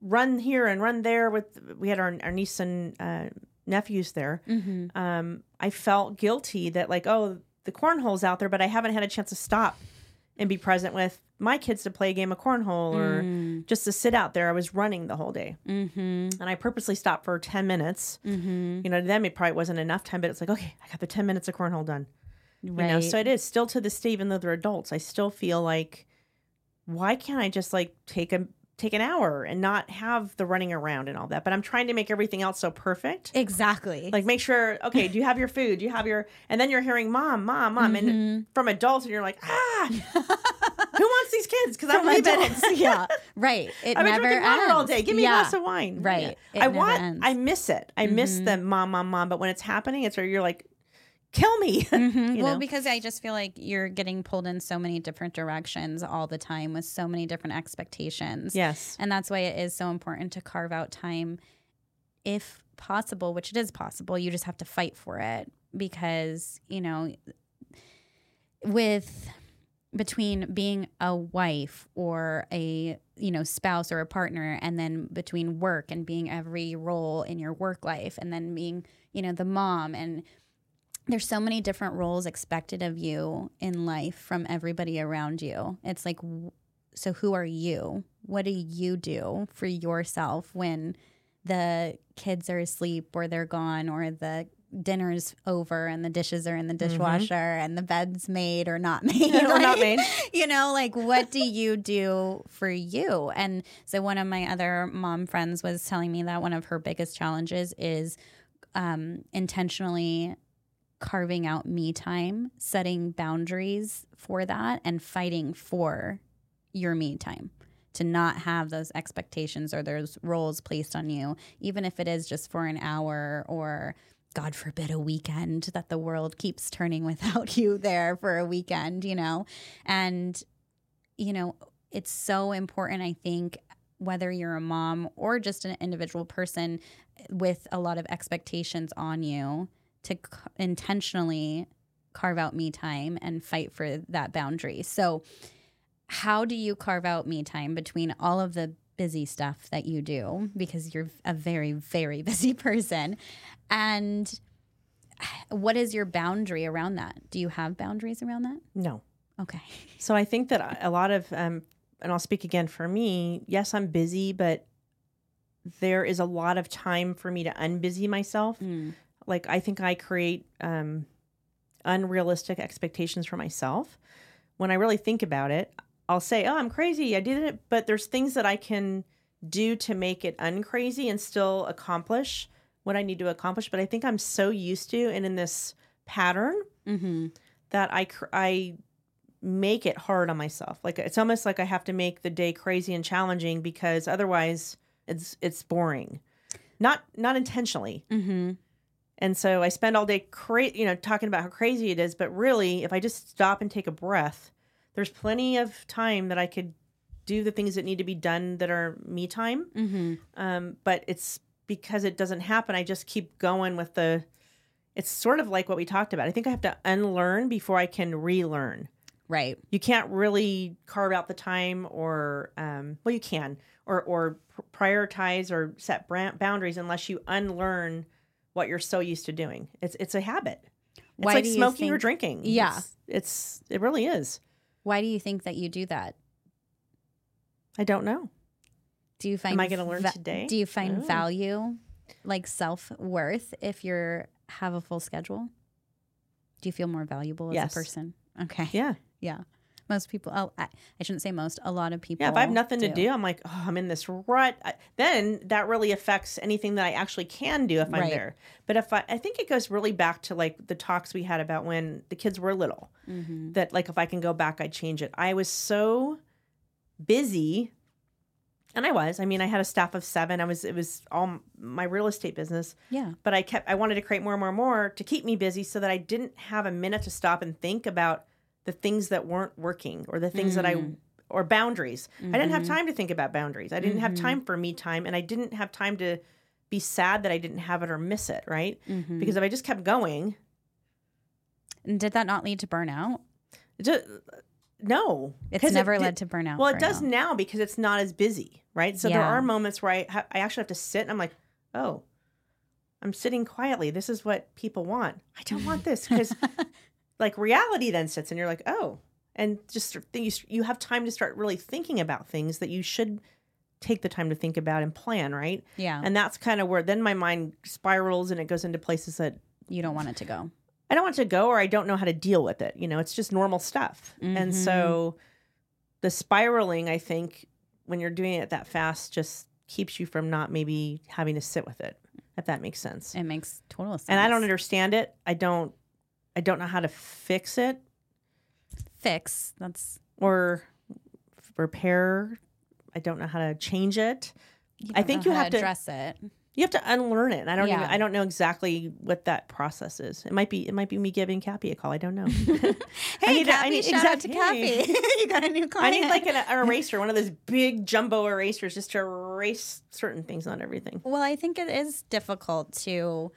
[SPEAKER 2] run here and run there. With we had our our niece and uh, nephews there.
[SPEAKER 3] Mhm.
[SPEAKER 2] Um, I felt guilty that like oh the cornhole's out there, but I haven't had a chance to stop and be present with my kids to play a game of cornhole or
[SPEAKER 3] Mm.
[SPEAKER 2] just to sit out there. I was running the whole day
[SPEAKER 3] Mhm.
[SPEAKER 2] and I purposely stopped for 10 minutes.
[SPEAKER 3] Mhm.
[SPEAKER 2] You know, to them, it probably wasn't enough time, but it's like, okay, I got the 10 minutes of cornhole done.
[SPEAKER 3] Right.
[SPEAKER 2] You know, so it is still to this day, even though they're adults, I still feel like, why can't I just like take a take an hour and not have the running around and all that? But I'm trying to make everything else so perfect.
[SPEAKER 3] exactly.
[SPEAKER 2] Like make sure, okay, do you have your food? Do you have your and then you're hearing mom, mom, mom,
[SPEAKER 3] Mm-hmm.
[SPEAKER 2] and from adults and you're like, ah who wants these kids? Because I'm
[SPEAKER 3] From
[SPEAKER 2] leaving.
[SPEAKER 3] adults, yeah, right. It
[SPEAKER 2] I've been
[SPEAKER 3] never
[SPEAKER 2] drinking
[SPEAKER 3] ends.
[SPEAKER 2] water all day. Give me
[SPEAKER 3] yeah.
[SPEAKER 2] a glass of wine.
[SPEAKER 3] Right.
[SPEAKER 2] Yeah. I
[SPEAKER 3] It never
[SPEAKER 2] want.
[SPEAKER 3] ends. Mm-hmm.
[SPEAKER 2] I miss it. I miss the mom, mom, mom. But when it's happening, it's where you're like, kill me.
[SPEAKER 3] Mhm.
[SPEAKER 2] you
[SPEAKER 3] Well,
[SPEAKER 2] know?
[SPEAKER 3] because I just feel like you're getting pulled in so many different directions all the time with so many different expectations.
[SPEAKER 2] yes.
[SPEAKER 3] And that's why it is so important to carve out time, if possible, which it is possible. You just have to fight for it because, you know, with between being a wife or a you know spouse or a partner and then between work and being every role in your work life and then being you know the mom and there's so many different roles expected of you in life from everybody around you it's like w- so who are you what do you do for yourself when the kids are asleep or they're gone or the dinner's over and the dishes are in the dishwasher and the bed's made or not made
[SPEAKER 2] Mm-hmm. Or not
[SPEAKER 3] Like,
[SPEAKER 2] made.
[SPEAKER 3] you know like what do you do for you and so one of my other mom friends was telling me that one of her biggest challenges is um, intentionally carving out me time setting boundaries for that and fighting for your me time to not have those expectations or those roles placed on you even if it is just for an hour or God forbid, a weekend that the world keeps turning without you there for a weekend, you know? And, you know, it's so important, I think, whether you're a mom or just an individual person with a lot of expectations on you to c- intentionally carve out me time and fight for that boundary. So, how do you carve out me time between all of the busy stuff that you do because you're a very very busy person and what is your boundary around that? Do you have boundaries around that?
[SPEAKER 2] No.
[SPEAKER 3] Okay.
[SPEAKER 2] So I think that a lot of, um, and I'll speak again for me, yes, I'm busy, but there is a lot of time for me to unbusy myself.
[SPEAKER 3] Mm.
[SPEAKER 2] Like, I think I create um, unrealistic expectations for myself. When I really think about it, I'll say, oh, I'm crazy. I did it. But there's things that I can do to make it uncrazy and still accomplish what I need to accomplish. But I think I'm so used to and in this pattern
[SPEAKER 3] Mm-hmm.
[SPEAKER 2] that I cr- I make it hard on myself. Like it's almost like I have to make the day crazy and challenging because otherwise it's it's boring. Not not intentionally.
[SPEAKER 3] Mm-hmm.
[SPEAKER 2] And so I spend all day cra- you know talking about how crazy it is, but really if I just stop and take a breath, there's plenty of time that I could do the things that need to be done that are me time.
[SPEAKER 3] Mm-hmm.
[SPEAKER 2] Um, but it's because it doesn't happen. I just keep going with the. It's sort of like what we talked about. I think I have to unlearn before I can relearn.
[SPEAKER 3] Right.
[SPEAKER 2] You can't really carve out the time, or um, well, you can, or or pr- prioritize or set bra- boundaries unless you unlearn what you're so used to doing. It's it's a habit. It's
[SPEAKER 3] Why
[SPEAKER 2] like
[SPEAKER 3] do you
[SPEAKER 2] smoking or
[SPEAKER 3] think-
[SPEAKER 2] drinking.
[SPEAKER 3] Yeah.
[SPEAKER 2] It's- it's it really is.
[SPEAKER 3] Why do you think that you do that?
[SPEAKER 2] I don't know.
[SPEAKER 3] Do you find
[SPEAKER 2] I gonna learn
[SPEAKER 3] va-
[SPEAKER 2] today?
[SPEAKER 3] Do you find
[SPEAKER 2] Oh.
[SPEAKER 3] value, like self worth, if you're have a full schedule? Do you feel more valuable as
[SPEAKER 2] Yes.
[SPEAKER 3] a person? Okay.
[SPEAKER 2] Yeah.
[SPEAKER 3] Yeah. Most people. Oh, I, I shouldn't say most. A lot of people.
[SPEAKER 2] Yeah, if I have nothing to do, I'm like, oh, I'm in this rut. I, then that really affects anything that I actually can do if I'm
[SPEAKER 3] Right.
[SPEAKER 2] there. But if I, I think it goes really back to like the talks we had about when the kids were little,
[SPEAKER 3] Mhm.
[SPEAKER 2] that like if I can go back, I'd change it. I was so busy, and I was. I mean, I had a staff of seven. I was. It was all m- my real estate business
[SPEAKER 3] Yeah.
[SPEAKER 2] but I kept I wanted to create more and more and more to keep me busy so that I didn't have a minute to stop and think about the things that weren't working or the things that I
[SPEAKER 3] Mm.
[SPEAKER 2] or boundaries. I didn't have
[SPEAKER 3] Mhm.
[SPEAKER 2] time to think about boundaries. I didn't have
[SPEAKER 3] Mhm.
[SPEAKER 2] time for me time and I didn't have time to be sad that I didn't have it or miss it, right?
[SPEAKER 3] Mhm.
[SPEAKER 2] Because if I just kept going,
[SPEAKER 3] And did that not lead to burnout?
[SPEAKER 2] it just, no.
[SPEAKER 3] It's
[SPEAKER 2] 'Cause it
[SPEAKER 3] never
[SPEAKER 2] did-
[SPEAKER 3] led to burnout.
[SPEAKER 2] Well,
[SPEAKER 3] for
[SPEAKER 2] it does
[SPEAKER 3] you.
[SPEAKER 2] now because it's not as busy, right? So there
[SPEAKER 3] Yeah.
[SPEAKER 2] are moments where I ha- I actually have to sit and I'm like, oh, I'm sitting quietly. This is what people want. I don't want this because like reality then sits and you're like, oh, and just th- you s- you have time to start really thinking about things that you should take the time to think about and plan, right?
[SPEAKER 3] Yeah.
[SPEAKER 2] And that's kind of where then my mind spirals and it goes into places that
[SPEAKER 3] you don't want it to go.
[SPEAKER 2] I don't want to go or I don't know how to deal with it. You know, it's just normal stuff. And
[SPEAKER 3] Mhm.
[SPEAKER 2] so the spiraling, I think, when you're doing it that fast, just keeps you from not maybe having to sit with it, if that makes sense.
[SPEAKER 3] It makes total sense.
[SPEAKER 2] And I don't understand it. I don't I don't know how to fix it
[SPEAKER 3] fix. That's
[SPEAKER 2] or repair. I don't know how to change it.
[SPEAKER 3] you
[SPEAKER 2] I
[SPEAKER 3] don't
[SPEAKER 2] think
[SPEAKER 3] know
[SPEAKER 2] you
[SPEAKER 3] how
[SPEAKER 2] have to-
[SPEAKER 3] to address it.
[SPEAKER 2] You have to unlearn it. And I don't even
[SPEAKER 3] Yeah.
[SPEAKER 2] I don't know exactly what that process is. It might be it might be me giving Cappy a call. I don't know.
[SPEAKER 3] Hey,
[SPEAKER 2] need to- I
[SPEAKER 3] Kathy,
[SPEAKER 2] need-
[SPEAKER 3] shout out to
[SPEAKER 2] exactly.
[SPEAKER 3] Kathy. you got a new
[SPEAKER 2] I
[SPEAKER 3] client.
[SPEAKER 2] need like an, an eraser, one of those big jumbo erasers, just to erase certain things, not everything.
[SPEAKER 3] Well, I think it is difficult to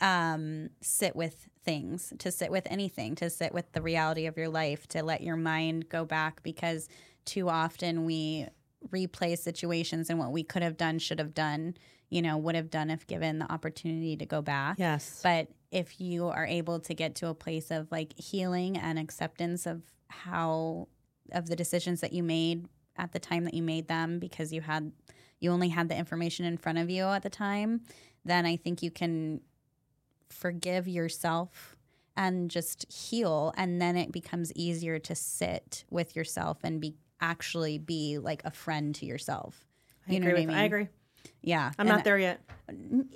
[SPEAKER 3] um, sit with things, to sit with anything, to sit with the reality of your life, to let your mind go back because too often we replay situations and what we could have done, should have done, you know, would have done if given the opportunity to go back.
[SPEAKER 2] Yes.
[SPEAKER 3] But if you are able to get to a place of like healing and acceptance of how of the decisions that you made at the time that you made them because you had you only had the information in front of you at the time, then I think you can forgive yourself and just heal and then it becomes easier to sit with yourself and be actually be like a friend to yourself.
[SPEAKER 2] I
[SPEAKER 3] you know
[SPEAKER 2] agree
[SPEAKER 3] what I
[SPEAKER 2] with-
[SPEAKER 3] mean?
[SPEAKER 2] agree.
[SPEAKER 3] Yeah.
[SPEAKER 2] I'm
[SPEAKER 3] And
[SPEAKER 2] not there yet.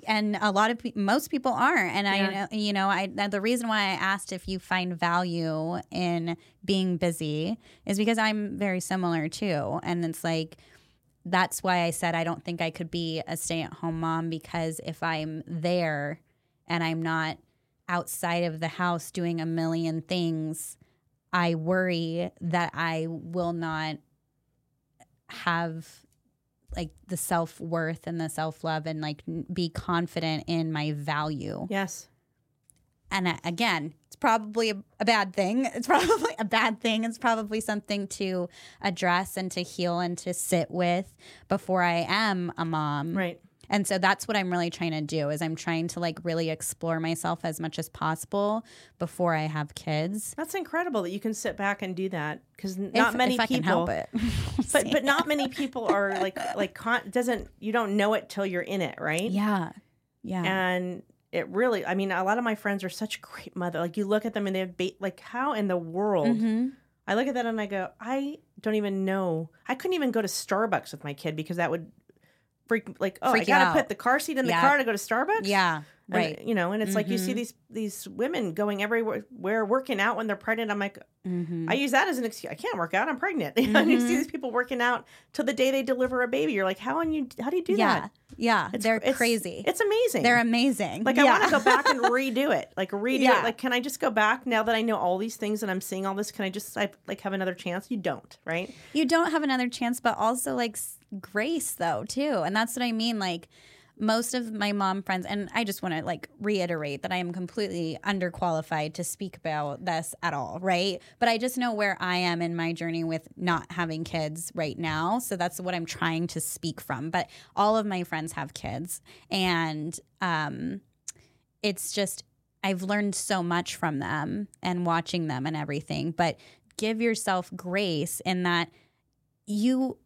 [SPEAKER 3] and a lot of pe- most people are and i
[SPEAKER 2] Yeah.
[SPEAKER 3] know you know i that the reason why i asked if you find value in being busy is because i'm very similar too and it's like that's why i said i don't think i could be a stay-at-home mom because if i'm there and I'm not outside of the house doing a million things, I worry that I will not have like the self worth and the self love and like n- be confident in my value.
[SPEAKER 2] Yes.
[SPEAKER 3] And I, again, it's probably a, a bad thing. It's probably a bad thing. It's probably something to address and to heal and to sit with before I am a mom.
[SPEAKER 2] Right.
[SPEAKER 3] And so that's what I'm really trying to do is I'm trying to like really explore myself as much as possible before I have kids.
[SPEAKER 2] That's incredible that you can sit back and do that because
[SPEAKER 3] If-
[SPEAKER 2] not many
[SPEAKER 3] if I
[SPEAKER 2] people.
[SPEAKER 3] can help it.
[SPEAKER 2] But but not many people are like like con- doesn't you don't know it till you're in it, right?
[SPEAKER 3] yeah. Yeah.
[SPEAKER 2] And it really, I mean, a lot of my friends are such great mother. Like you look at them and they have ba- like how in the world.
[SPEAKER 3] Mhm.
[SPEAKER 2] I look at that and I go, I don't even know. I couldn't even go to Starbucks with my kid because that would freak like oh I
[SPEAKER 3] Freak you
[SPEAKER 2] gotta
[SPEAKER 3] out.
[SPEAKER 2] put the car seat in the
[SPEAKER 3] Yeah.
[SPEAKER 2] car to go to Starbucks.
[SPEAKER 3] Yeah.
[SPEAKER 2] And,
[SPEAKER 3] Right.
[SPEAKER 2] you know, and it's like you see
[SPEAKER 3] Mhm.
[SPEAKER 2] these these women going everywhere, where working out when they're pregnant. I'm like,
[SPEAKER 3] Mhm.
[SPEAKER 2] I use that as an excuse. I can't work out. I'm pregnant. You know, and you
[SPEAKER 3] Mm-hmm.
[SPEAKER 2] see these people working out till the day they deliver a baby. You're like, how and you? How do you do
[SPEAKER 3] yeah.
[SPEAKER 2] that?
[SPEAKER 3] Yeah.
[SPEAKER 2] It's-
[SPEAKER 3] They're
[SPEAKER 2] it's-
[SPEAKER 3] crazy.
[SPEAKER 2] It's amazing.
[SPEAKER 3] They're amazing.
[SPEAKER 2] like I
[SPEAKER 3] yeah.
[SPEAKER 2] want to go back and redo it. Like redo
[SPEAKER 3] Yeah.
[SPEAKER 2] it. Like, can I just go back now that I know all these things and I'm seeing all this? Can I just I, like have another chance? You don't, right?
[SPEAKER 3] you don't have another chance but also like s- grace though too and that's what i mean like most of my mom friends and i just want to like reiterate that i am completely underqualified to speak about this at all right but i just know where i am in my journey with not having kids right now so that's what i'm trying to speak from but all of my friends have kids and um it's just I've learned so much from them and watching them and everything, but give yourself grace in that you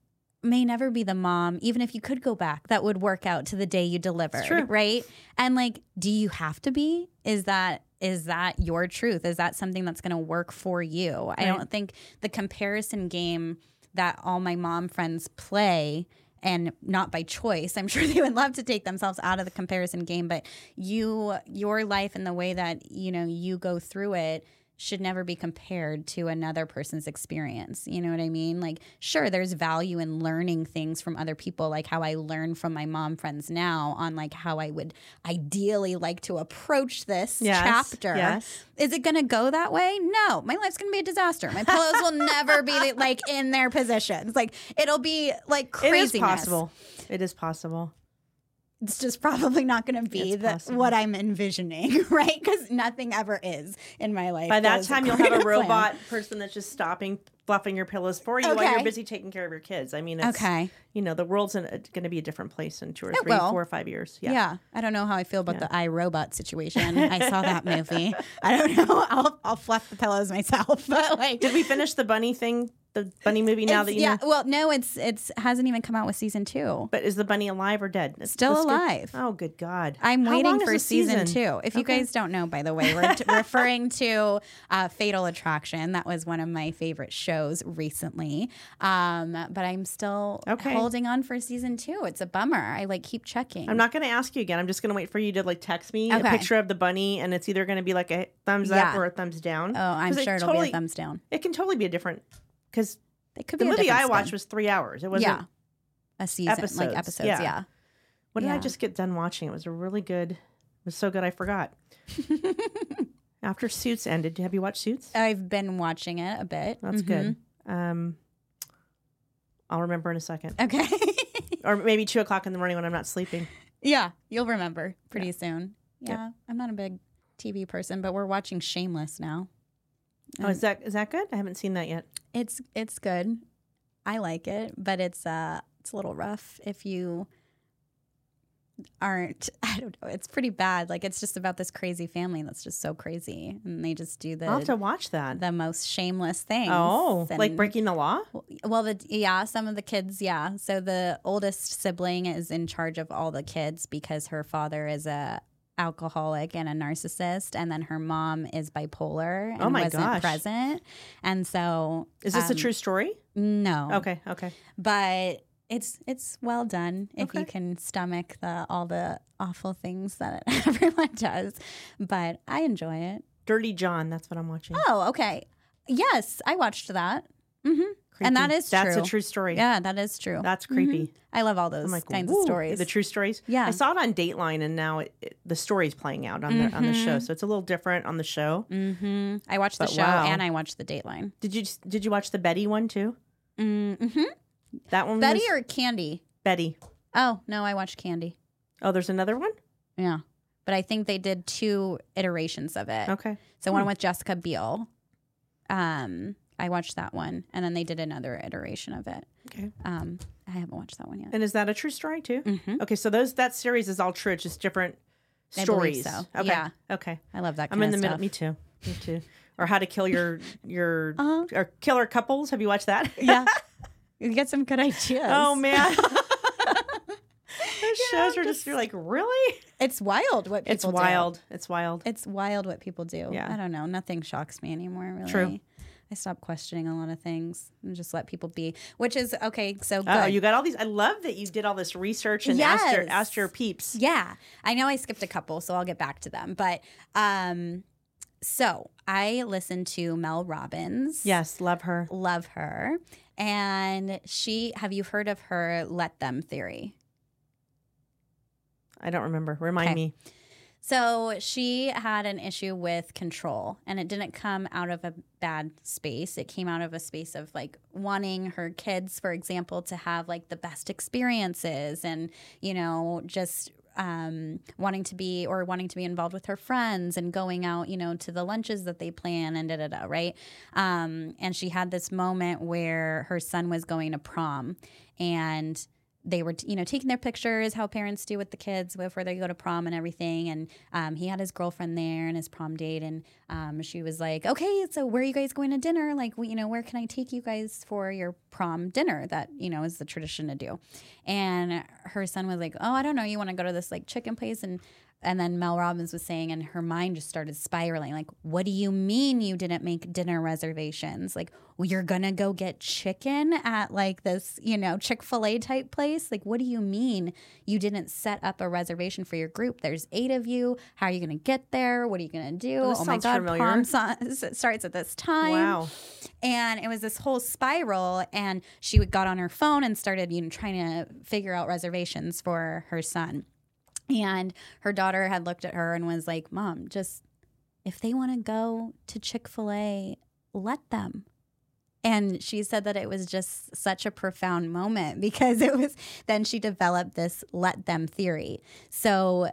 [SPEAKER 3] may never be the mom, even if you could go back, that would work out to the day you deliver.
[SPEAKER 2] true.
[SPEAKER 3] Right. And like, do you have to be? Is that is that your truth? Is that something that's gonna work for you?
[SPEAKER 2] Right.
[SPEAKER 3] I don't think the comparison game that all my mom friends play and not by choice. I'm sure they would love to take themselves out of the comparison game, but you your life and the way that, you know, you go through it should never be compared to another person's experience. You know what I mean? Like sure there's value in learning things from other people like how I learn from my mom friends now on like how I would ideally like to approach this
[SPEAKER 2] Yes,
[SPEAKER 3] chapter.
[SPEAKER 2] yes.
[SPEAKER 3] Is it going to go that way? No. My life's going to be a disaster. My pillows will never be like in their positions. Like it'll be like craziness.
[SPEAKER 2] It is possible. It is possible.
[SPEAKER 3] It's just probably not going to be
[SPEAKER 2] It's
[SPEAKER 3] the,
[SPEAKER 2] possible.
[SPEAKER 3] what I'm envisioning, right? Cuz nothing ever is in my life.
[SPEAKER 2] By that
[SPEAKER 3] goes
[SPEAKER 2] time, you'll
[SPEAKER 3] according
[SPEAKER 2] have a
[SPEAKER 3] to plan.
[SPEAKER 2] robot person that's just stopping fluffing your pillows for you while you're
[SPEAKER 3] Okay.
[SPEAKER 2] busy taking care of your kids. I mean, it's,
[SPEAKER 3] Okay.
[SPEAKER 2] you know, the world's going to be a different place in two or
[SPEAKER 3] It
[SPEAKER 2] three,
[SPEAKER 3] will.
[SPEAKER 2] four or five years.
[SPEAKER 3] Yeah.
[SPEAKER 2] Yeah.
[SPEAKER 3] I don't know how I feel about
[SPEAKER 2] Yeah.
[SPEAKER 3] the iRobot situation. I saw that movie. I don't know. I'll, I'll fluff the pillows myself, but like,
[SPEAKER 2] Did we finish the bunny thing, the bunny movie? Now
[SPEAKER 3] it's-
[SPEAKER 2] that you
[SPEAKER 3] yeah.
[SPEAKER 2] know,
[SPEAKER 3] Well, no, it's it's hasn't even come out with season two.
[SPEAKER 2] but is the bunny alive or dead? It's-
[SPEAKER 3] Still
[SPEAKER 2] it's good.
[SPEAKER 3] alive.
[SPEAKER 2] Oh, good God!
[SPEAKER 3] I'm
[SPEAKER 2] How
[SPEAKER 3] waiting
[SPEAKER 2] long is
[SPEAKER 3] for
[SPEAKER 2] the
[SPEAKER 3] season, two. If you guys don't know, by the way, we're t- referring to uh, Fatal Attraction. That was one of my favorite shows recently. Um, but I'm still
[SPEAKER 2] Okay.
[SPEAKER 3] holding on for season two. It's a bummer. I like keep checking.
[SPEAKER 2] I'm not going to ask you again. I'm just going to wait for you to like text me a
[SPEAKER 3] Okay.
[SPEAKER 2] picture of the bunny, and it's either going to be like a thumbs up
[SPEAKER 3] Yeah.
[SPEAKER 2] or a thumbs down.
[SPEAKER 3] Oh, I'm
[SPEAKER 2] 'Cause
[SPEAKER 3] sure it'll
[SPEAKER 2] totally,
[SPEAKER 3] be a thumbs down.
[SPEAKER 2] It can totally be a different because
[SPEAKER 3] It could
[SPEAKER 2] the
[SPEAKER 3] be a
[SPEAKER 2] movie
[SPEAKER 3] different
[SPEAKER 2] I
[SPEAKER 3] spin.
[SPEAKER 2] watched was three hours. It wasn't.
[SPEAKER 3] yeah. A season,
[SPEAKER 2] episodes,
[SPEAKER 3] like episodes,
[SPEAKER 2] yeah.
[SPEAKER 3] yeah.
[SPEAKER 2] What did I
[SPEAKER 3] Yeah.
[SPEAKER 2] just get done watching? It was a really good. It was so good I forgot. After Suits ended, have you watched Suits?
[SPEAKER 3] I've been watching it a bit.
[SPEAKER 2] That's
[SPEAKER 3] Mhm.
[SPEAKER 2] good. Um, I'll remember in a second,
[SPEAKER 3] Mm-hmm. Okay.
[SPEAKER 2] or maybe two o'clock in the morning when I'm not sleeping.
[SPEAKER 3] yeah, you'll remember pretty soon.
[SPEAKER 2] Yeah.
[SPEAKER 3] Yeah, I'm not a big TV person, but we're watching Shameless now.
[SPEAKER 2] Oh,
[SPEAKER 3] Um,
[SPEAKER 2] is that is that good? I haven't seen that yet.
[SPEAKER 3] It's it's good. I like it, but it's uh it's a little rough if you aren't I don't know. It's pretty bad. Like it's just about this crazy family that's just so crazy and they just do
[SPEAKER 2] I'll have to
[SPEAKER 3] the
[SPEAKER 2] watch that.
[SPEAKER 3] the most shameless things.
[SPEAKER 2] Oh, like
[SPEAKER 3] and-
[SPEAKER 2] breaking the law?
[SPEAKER 3] Well, the yeah, some of the kids, yeah. So the oldest sibling is in charge of all the kids because her father is a alcoholic and a narcissist, and then her mom is bipolar and
[SPEAKER 2] Oh my
[SPEAKER 3] wasn't
[SPEAKER 2] gosh.
[SPEAKER 3] present. And so,
[SPEAKER 2] Is this a
[SPEAKER 3] um,
[SPEAKER 2] true story?
[SPEAKER 3] No,
[SPEAKER 2] Okay, okay.
[SPEAKER 3] but it's it's well done if you
[SPEAKER 2] Okay.
[SPEAKER 3] can stomach the all the awful things that everyone does. But I enjoy it.
[SPEAKER 2] Dirty John, that's what I'm watching.
[SPEAKER 3] Oh, okay. Yes, I watched that. hmm
[SPEAKER 2] Creepy.
[SPEAKER 3] that is
[SPEAKER 2] that's
[SPEAKER 3] true.
[SPEAKER 2] a true story.
[SPEAKER 3] Yeah, that is true. Mm-hmm.
[SPEAKER 2] that's creepy.
[SPEAKER 3] I love all those
[SPEAKER 2] I'm like,
[SPEAKER 3] kinds
[SPEAKER 2] "Woo,"
[SPEAKER 3] of stories.
[SPEAKER 2] The true stories.
[SPEAKER 3] Yeah.
[SPEAKER 2] I saw it on Dateline, and now it, it- the story's playing out on the on the show, so it's a little different on the show.
[SPEAKER 3] Mm-hmm. I watched the
[SPEAKER 2] But
[SPEAKER 3] show
[SPEAKER 2] wow.
[SPEAKER 3] and I watched the Dateline.
[SPEAKER 2] Did you did you watch the Betty one too?
[SPEAKER 3] Mm-hmm.
[SPEAKER 2] That one
[SPEAKER 3] Betty
[SPEAKER 2] was
[SPEAKER 3] or Candy?
[SPEAKER 2] Betty.
[SPEAKER 3] Oh no, I watched Candy.
[SPEAKER 2] Oh, there's another one.
[SPEAKER 3] Yeah, but I think they did two iterations of it.
[SPEAKER 2] Okay.
[SPEAKER 3] So one with Jessica Biel. Um, I watched that one, and then they did another iteration of it.
[SPEAKER 2] Okay.
[SPEAKER 3] Um, I haven't watched that one yet.
[SPEAKER 2] And is that a true story too?
[SPEAKER 3] Mm-hmm.
[SPEAKER 2] Okay, so those that series is all true. It's just different
[SPEAKER 3] I believe
[SPEAKER 2] stories.
[SPEAKER 3] so.
[SPEAKER 2] Okay.
[SPEAKER 3] Yeah.
[SPEAKER 2] Okay.
[SPEAKER 3] I love that. Kind
[SPEAKER 2] I'm in the
[SPEAKER 3] of
[SPEAKER 2] middle.
[SPEAKER 3] stuff.
[SPEAKER 2] Me too. Me too. Or how to kill your your
[SPEAKER 3] Uh-huh.
[SPEAKER 2] or killer couples. Have you watched that?
[SPEAKER 3] yeah, you get some good ideas.
[SPEAKER 2] Oh man. Those shows are just,
[SPEAKER 3] just-
[SPEAKER 2] you're like really.
[SPEAKER 3] it's wild what people
[SPEAKER 2] It's
[SPEAKER 3] do.
[SPEAKER 2] wild. It's wild.
[SPEAKER 3] It's wild what people do.
[SPEAKER 2] Yeah.
[SPEAKER 3] I don't know. Nothing shocks me anymore, really.
[SPEAKER 2] True.
[SPEAKER 3] I stop questioning a lot of things and just let people be, which is okay. So good.
[SPEAKER 2] Oh, you got all these. I love that you did all this research and asked, your,
[SPEAKER 3] Yes.
[SPEAKER 2] asked your peeps.
[SPEAKER 3] Yeah. I know I skipped a couple, so I'll get back to them. But um so I listened to Mel Robbins.
[SPEAKER 2] Yes, love her.
[SPEAKER 3] Love her. And she have you heard of her let them theory?
[SPEAKER 2] I don't remember. Remind
[SPEAKER 3] Okay.
[SPEAKER 2] me.
[SPEAKER 3] So she had an issue with control, and it didn't come out of a bad space. It came out of a space of like wanting her kids, for example, to have like the best experiences and, you know, just. Um, wanting to be or wanting to be involved with her friends and going out, you know, to the lunches that they plan and da da da, right? Um, and she had this moment where her son was going to prom and they were you know taking their pictures how parents do with the kids before they go to prom and everything and um, he had his girlfriend there and his prom date and um, she was like okay so where are you guys going to dinner like we- you know where can i take you guys for your prom dinner that you know is the tradition to do and her son was like oh i don't know you want to go to this like chicken place and and then Mel Robbins was saying, and her mind just started spiraling. Like, what do you mean you didn't make dinner reservations? Like, well, you're gonna go get chicken at like this, you know, Chick fil A type place? Like, what do you mean you didn't set up a reservation for your group? There's eight of you. How are you gonna get there? What are you gonna do?
[SPEAKER 2] Oh, this sounds familiar.
[SPEAKER 3] prom so- starts at this time.
[SPEAKER 2] Wow.
[SPEAKER 3] And it was this whole spiral. And she got on her phone and started, you know, trying to figure out reservations for her son. And her daughter had looked at her and was like, Mom, just if they want to go to Chick fil A, let them. And she said that it was just such a profound moment because it was then she developed this let them theory. So,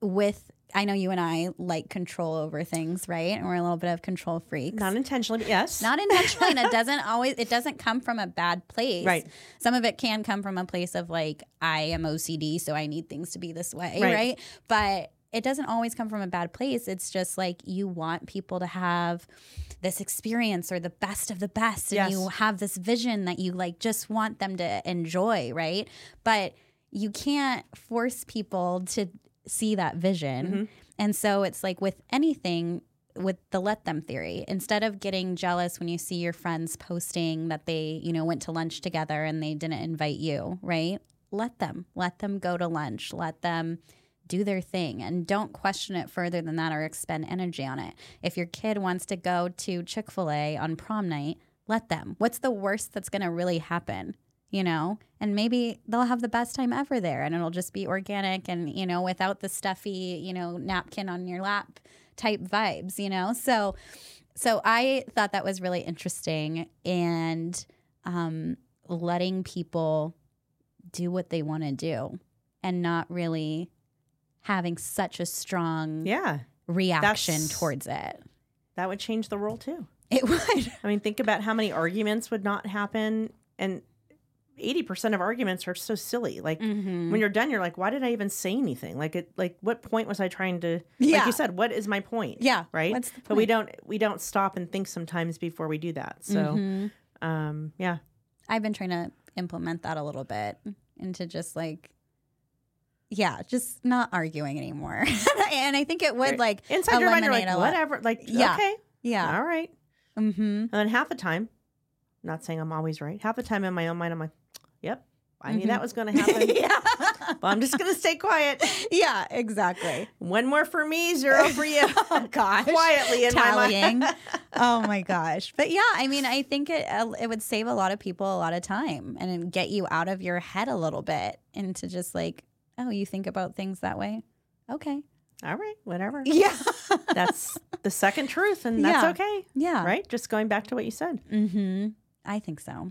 [SPEAKER 3] with I know you and I like control over things, right? And we're a little bit of control freaks
[SPEAKER 2] Not intentionally, but yes.
[SPEAKER 3] not intentionally and it doesn't always it doesn't come from a bad place
[SPEAKER 2] Right.
[SPEAKER 3] some of it can come from a place of like i am ocd so i need things to be this way
[SPEAKER 2] Right.
[SPEAKER 3] right, but it doesn't always come from a bad place it's just like you want people to have this experience or the best of the best and
[SPEAKER 2] Yes.
[SPEAKER 3] you have this vision that you like just want them to enjoy right but you can't force people to see that vision and so it's like with anything with the let them theory, instead of getting jealous when you see your friends posting that they, you know, went to lunch together and they didn't invite you, right? Let them. Let them go to lunch. Let them do their thing and don't question it further than that or expend energy on it. If your kid wants to go to Chick fil A on prom night, let them. What's the worst that's going to really happen? You know, and maybe they'll have the best time ever there and it'll just be organic and, you know, without the stuffy, you know, napkin on your lap type vibes, you know? So, so I thought that was really interesting and um, letting people do what they want to do and not really having such a strong
[SPEAKER 2] Yeah,
[SPEAKER 3] reaction
[SPEAKER 2] That's-
[SPEAKER 3] towards it.
[SPEAKER 2] that would change the world too.
[SPEAKER 3] It would.
[SPEAKER 2] I mean, think about how many arguments would not happen, and eighty percent of arguments are so silly. Like
[SPEAKER 3] Mm-hmm.
[SPEAKER 2] when you're done, you're like, why did I even say anything? Like it, like what point was I trying to? Like
[SPEAKER 3] Yeah.
[SPEAKER 2] you said, what is my point?
[SPEAKER 3] Yeah.
[SPEAKER 2] Right.
[SPEAKER 3] What's the
[SPEAKER 2] But we
[SPEAKER 3] point?
[SPEAKER 2] don't we don't stop and think sometimes before we do that. So
[SPEAKER 3] Mhm.
[SPEAKER 2] um, yeah,
[SPEAKER 3] I've been trying to implement that a little bit into just like, yeah, just not arguing anymore. and I think it would
[SPEAKER 2] Right.
[SPEAKER 3] like
[SPEAKER 2] inside your mind, you're
[SPEAKER 3] eliminate
[SPEAKER 2] like
[SPEAKER 3] a lot.
[SPEAKER 2] whatever. Like
[SPEAKER 3] Yeah.
[SPEAKER 2] okay,
[SPEAKER 3] Yeah.
[SPEAKER 2] all right.
[SPEAKER 3] Mm-hmm.
[SPEAKER 2] And then half the time, not saying I'm always right. Half the time in my own mind, I'm like, yep, I knew
[SPEAKER 3] Mhm.
[SPEAKER 2] that was going to happen.
[SPEAKER 3] yeah.
[SPEAKER 2] Well, I'm just going to stay quiet.
[SPEAKER 3] yeah, exactly.
[SPEAKER 2] One more for me, zero for you.
[SPEAKER 3] Oh gosh.
[SPEAKER 2] Quietly in
[SPEAKER 3] Tallying.
[SPEAKER 2] my mind.
[SPEAKER 3] oh my gosh. But yeah, I mean, I think it uh, it would save a lot of people a lot of time and get you out of your head a little bit into just like, oh, you think about things that way. Okay.
[SPEAKER 2] All right, whatever.
[SPEAKER 3] Yeah.
[SPEAKER 2] That's the second truth, and that's
[SPEAKER 3] Yeah.
[SPEAKER 2] okay.
[SPEAKER 3] yeah.
[SPEAKER 2] Right? Just going back to what you said.
[SPEAKER 3] Mhm. I think so.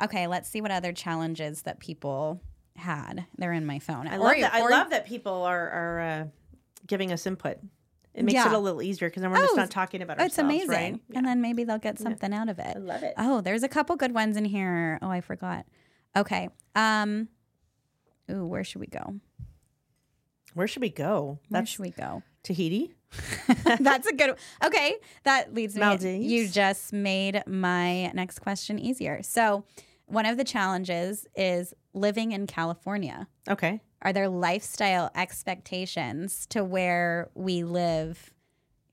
[SPEAKER 3] Okay, let's see what other challenges that people had. They're in my phone.
[SPEAKER 2] I
[SPEAKER 3] Or
[SPEAKER 2] love
[SPEAKER 3] you-
[SPEAKER 2] that. I
[SPEAKER 3] or-
[SPEAKER 2] love that people are are uh, giving us input. It makes it
[SPEAKER 3] Yeah.
[SPEAKER 2] a little easier because then we're just
[SPEAKER 3] Oh,
[SPEAKER 2] not talking about ourselves.
[SPEAKER 3] It's amazing.
[SPEAKER 2] Right?
[SPEAKER 3] And then maybe they'll get something out of it.
[SPEAKER 2] I love it.
[SPEAKER 3] Oh, there's a couple good ones in here. Oh, I forgot. Okay. Um Ooh, where should we go?
[SPEAKER 2] Where should we go?
[SPEAKER 3] Where
[SPEAKER 2] That's
[SPEAKER 3] should we go?
[SPEAKER 2] Tahiti.
[SPEAKER 3] That's a good Okay, that leads me
[SPEAKER 2] Maldives.
[SPEAKER 3] You just made my next question easier. So, one of the challenges is living in California.
[SPEAKER 2] Okay.
[SPEAKER 3] Are there lifestyle expectations to where we live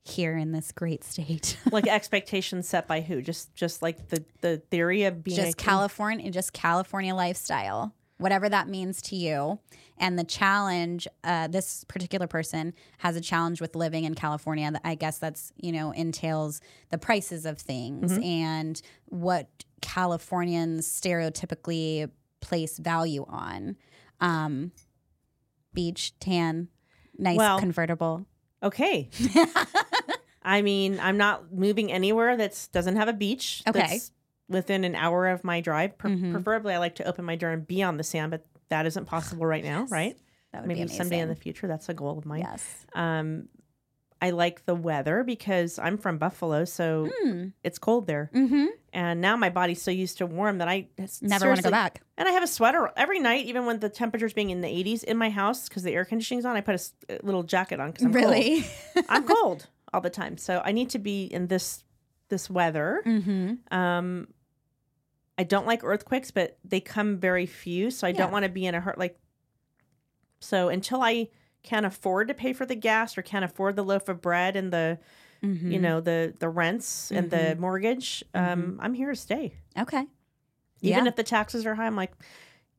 [SPEAKER 3] here in this great state?
[SPEAKER 2] Like expectations set by who? Just just like the the theory of being
[SPEAKER 3] just
[SPEAKER 2] a-
[SPEAKER 3] California, just California lifestyle, whatever that means to you. And the challenge, uh, this particular person has a challenge with living in California. That I guess that's you know entails the prices of things and what Californians stereotypically place value on. Um, beach, tan, nice
[SPEAKER 2] Well-
[SPEAKER 3] convertible.
[SPEAKER 2] Okay. I mean, I'm not moving anywhere that's doesn't have a beach.
[SPEAKER 3] Okay.
[SPEAKER 2] That's within an hour of my drive. Pre-
[SPEAKER 3] Mhm.
[SPEAKER 2] Preferably, I like to open my door and be on the sand, but that isn't possible right now,
[SPEAKER 3] Yes.
[SPEAKER 2] right?
[SPEAKER 3] That would
[SPEAKER 2] Maybe
[SPEAKER 3] be amazing.
[SPEAKER 2] someday in the future. That's a goal of mine.
[SPEAKER 3] yes.
[SPEAKER 2] Um, I like the weather because I'm from Buffalo,
[SPEAKER 3] Hmm.
[SPEAKER 2] so it's cold there.
[SPEAKER 3] Mm-hmm.
[SPEAKER 2] And now my body's so used to warm that I s-
[SPEAKER 3] Never want
[SPEAKER 2] seriously-
[SPEAKER 3] to go back.
[SPEAKER 2] And I have a sweater every night, even when the temperature's being in the 80s in my house because the air conditioning's on. I put a s- a little jacket on because I'm cold.
[SPEAKER 3] Really?
[SPEAKER 2] I'm cold all the time, so I need to be in this this weather.
[SPEAKER 3] mm-hmm.
[SPEAKER 2] Um, I don't like earthquakes, but they come very few, so I
[SPEAKER 3] Yeah.
[SPEAKER 2] don't want to be in a hurt like. So until I can afford to pay for the gas or can afford the loaf of bread and the
[SPEAKER 3] Mm-hmm.
[SPEAKER 2] you know the the rents and the mortgage, um, I'm here to stay.
[SPEAKER 3] Okay.
[SPEAKER 2] Even
[SPEAKER 3] Yeah.
[SPEAKER 2] if the taxes are high, I'm like,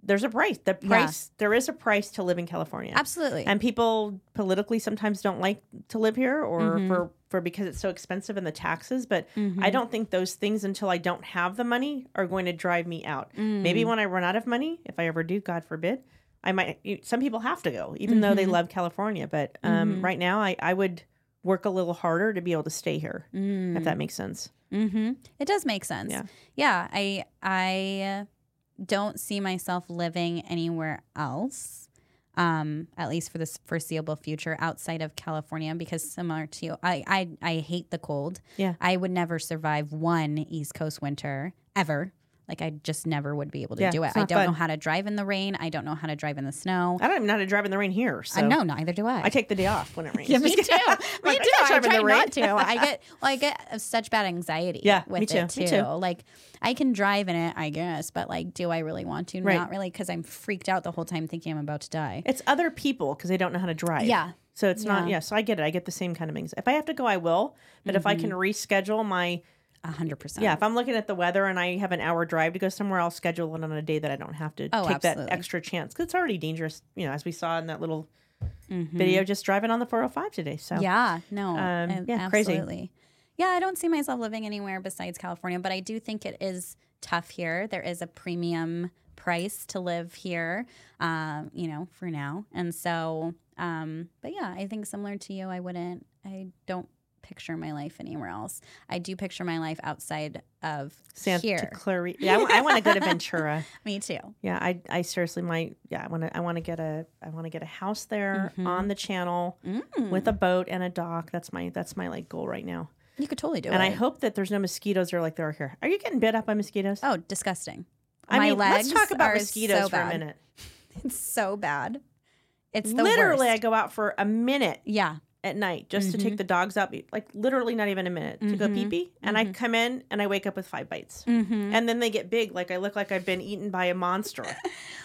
[SPEAKER 2] there's a price. The
[SPEAKER 3] Yeah.
[SPEAKER 2] price there is a price to live in California.
[SPEAKER 3] Absolutely.
[SPEAKER 2] and people politically sometimes don't like to live here or
[SPEAKER 3] Mhm.
[SPEAKER 2] for for because it's so expensive and the taxes but
[SPEAKER 3] Mm-hmm.
[SPEAKER 2] i don't think those things until i don't have the money are going to drive me out maybe
[SPEAKER 3] Mm. Mm-hmm.
[SPEAKER 2] when i run out of money if i ever do god forbid i might you- some people have to go even though they
[SPEAKER 3] Mhm.
[SPEAKER 2] love california but um,
[SPEAKER 3] Mhm.
[SPEAKER 2] right now I, I would work a little harder to be able to stay here
[SPEAKER 3] Mm.
[SPEAKER 2] if that makes sense
[SPEAKER 3] hmm It does make sense.
[SPEAKER 2] Yeah.
[SPEAKER 3] Yeah, I I don't see myself living anywhere else. Um, at least for this foreseeable future outside of California, because similar to you, I, I, I hate the cold.
[SPEAKER 2] Yeah.
[SPEAKER 3] I would never survive one East Coast winter ever. Like I just never would be able to
[SPEAKER 2] Yeah,
[SPEAKER 3] do it.
[SPEAKER 2] it's
[SPEAKER 3] I
[SPEAKER 2] not
[SPEAKER 3] don't
[SPEAKER 2] fun.
[SPEAKER 3] know how to drive in the rain. I don't know how to drive in the snow.
[SPEAKER 2] i don't even know how to drive in the rain here so
[SPEAKER 3] I know, neither do I.
[SPEAKER 2] i take the day off when it rains
[SPEAKER 3] Yeah, me too. Me
[SPEAKER 2] I'm like,
[SPEAKER 3] too.
[SPEAKER 2] can't
[SPEAKER 3] I
[SPEAKER 2] drive in
[SPEAKER 3] try
[SPEAKER 2] the rain.
[SPEAKER 3] not to. I get well, I get such bad anxiety.
[SPEAKER 2] Yeah,
[SPEAKER 3] with
[SPEAKER 2] me
[SPEAKER 3] it
[SPEAKER 2] too. Me
[SPEAKER 3] too.
[SPEAKER 2] too.
[SPEAKER 3] Like I can drive in it, I guess, but like, do I really want to?
[SPEAKER 2] Right.
[SPEAKER 3] Not really, because I'm freaked out the whole time thinking I'm about to die.
[SPEAKER 2] It's other people because they don't know how to drive.
[SPEAKER 3] Yeah.
[SPEAKER 2] So it's not,
[SPEAKER 3] Yeah.
[SPEAKER 2] yeah. So I get it. I get the same kind of things. If I have to go, I will. But if I can
[SPEAKER 3] Mm-hmm.
[SPEAKER 2] reschedule my,
[SPEAKER 3] A hundred percent.
[SPEAKER 2] yeah, if I'm looking at the weather and I have an hour drive to go somewhere, I'll schedule it on a day that I don't have to
[SPEAKER 3] Oh,
[SPEAKER 2] take that
[SPEAKER 3] absolutely.
[SPEAKER 2] extra chance because it's already dangerous, you know, as we saw in that little
[SPEAKER 3] Mhm.
[SPEAKER 2] video just driving on the 405 today. So
[SPEAKER 3] Yeah, no,
[SPEAKER 2] Um,
[SPEAKER 3] a-
[SPEAKER 2] yeah, crazy.
[SPEAKER 3] absolutely. Yeah, I don't see myself living anywhere besides California, but I do think it is tough here. There is a premium price to live here, um, you know, for now, and so, um, but yeah, I think similar to you, I wouldn't. I don't picture my life anywhere else. I do picture my life outside of
[SPEAKER 2] Santa
[SPEAKER 3] here.
[SPEAKER 2] Clarita. Yeah, I, w- I want to go to Ventura.
[SPEAKER 3] Me too.
[SPEAKER 2] Yeah, I, I seriously might. Yeah, I want to. I want to get a. I want to get a house there
[SPEAKER 3] Mhm.
[SPEAKER 2] on the channel
[SPEAKER 3] Mm.
[SPEAKER 2] with a boat and a dock. That's my. That's my like goal right now.
[SPEAKER 3] you could totally do
[SPEAKER 2] And
[SPEAKER 3] it.
[SPEAKER 2] I hope that there's no mosquitoes that are like there are here. Are you getting bit up by mosquitoes?
[SPEAKER 3] Oh, disgusting!
[SPEAKER 2] I
[SPEAKER 3] my
[SPEAKER 2] mean, let's
[SPEAKER 3] legs
[SPEAKER 2] talk about
[SPEAKER 3] are
[SPEAKER 2] mosquitoes
[SPEAKER 3] so
[SPEAKER 2] for a
[SPEAKER 3] bad.
[SPEAKER 2] minute.
[SPEAKER 3] It's so bad. It's the
[SPEAKER 2] Literally, I
[SPEAKER 3] worst.
[SPEAKER 2] go out for a minute
[SPEAKER 3] yeah.
[SPEAKER 2] at night just
[SPEAKER 3] Mm-hmm.
[SPEAKER 2] to take the dogs out. Like literally, not even a minute to go
[SPEAKER 3] Mhm.
[SPEAKER 2] pee pee. And I come in and I wake up with five bites.
[SPEAKER 3] Mm-hmm.
[SPEAKER 2] And then they get big, like I look like I've been eaten by a monster.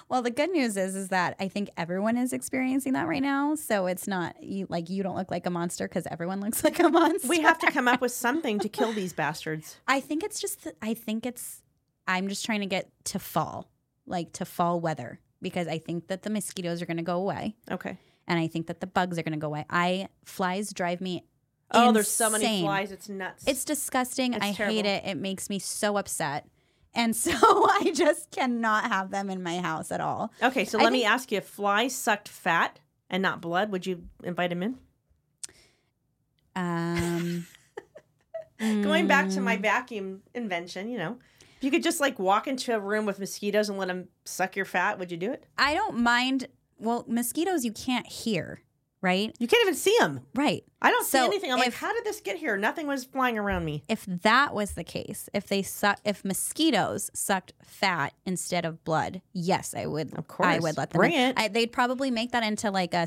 [SPEAKER 3] Well, the good news is is that I think everyone is experiencing that right now. So it's not you, like you don't look like a monster because everyone looks like a monster.
[SPEAKER 2] we have to come up with something to kill these bastards.
[SPEAKER 3] I think it's just. th- I think it's. I'm just trying to get to fall. like to fall weather because I think that the mosquitoes are going to go away
[SPEAKER 2] Okay.
[SPEAKER 3] and I think that the bugs are going to go away. I flies drive me
[SPEAKER 2] Oh, there's so many
[SPEAKER 3] insane.
[SPEAKER 2] flies. It's nuts.
[SPEAKER 3] It's disgusting.
[SPEAKER 2] It's
[SPEAKER 3] I hate
[SPEAKER 2] terrible.
[SPEAKER 3] it. It makes me so upset. And so I just cannot have them in my house at all.
[SPEAKER 2] okay. So
[SPEAKER 3] I
[SPEAKER 2] let me ask you: if flies sucked fat and not blood, would you invite them in?
[SPEAKER 3] Um,
[SPEAKER 2] Going back to
[SPEAKER 3] Mm.
[SPEAKER 2] my vacuum invention, you know, if you could just like walk into a room with mosquitoes and let them suck your fat, would you do it?
[SPEAKER 3] I don't mind. Well, mosquitoes you can't hear, right?
[SPEAKER 2] You can't even see them.
[SPEAKER 3] Right.
[SPEAKER 2] I don't see
[SPEAKER 3] So
[SPEAKER 2] anything. I'm like,
[SPEAKER 3] if-
[SPEAKER 2] how did this get here? Nothing was flying around me.
[SPEAKER 3] If that was the case, if they suck, if mosquitoes sucked fat instead of blood, yes, I would.
[SPEAKER 2] Of course.
[SPEAKER 3] I would let them
[SPEAKER 2] Bring
[SPEAKER 3] in.
[SPEAKER 2] it.
[SPEAKER 3] I, they'd probably make that into like a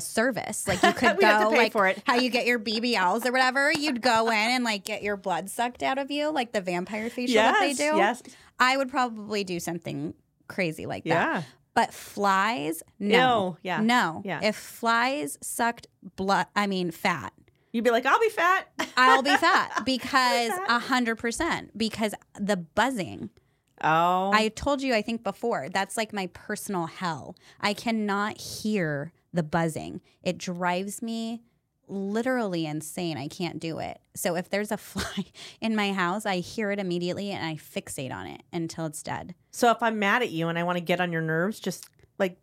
[SPEAKER 3] service. Like you could
[SPEAKER 2] We'd
[SPEAKER 3] go
[SPEAKER 2] have to pay
[SPEAKER 3] like
[SPEAKER 2] for it.
[SPEAKER 3] how you get your BBLs or whatever. You'd go in and like get your blood sucked out of you, like the vampire facial that they do.
[SPEAKER 2] yes,
[SPEAKER 3] I would probably do something crazy like that.
[SPEAKER 2] yeah.
[SPEAKER 3] But flies, no.
[SPEAKER 2] No, yeah.
[SPEAKER 3] No.
[SPEAKER 2] Yeah.
[SPEAKER 3] If flies sucked blood, I mean fat,
[SPEAKER 2] You'd be like, I'll be fat.
[SPEAKER 3] I'll be fat because
[SPEAKER 2] Fat.
[SPEAKER 3] a hundred percent. Because the buzzing.
[SPEAKER 2] Oh,
[SPEAKER 3] I told you I think before, that's like my personal hell. I cannot hear the buzzing. It drives me literally insane. I can't do it. So if there's a fly in my house, I hear it immediately and I fixate on it until it's dead.
[SPEAKER 2] so if I'm mad at you and I want to get on your nerves, just like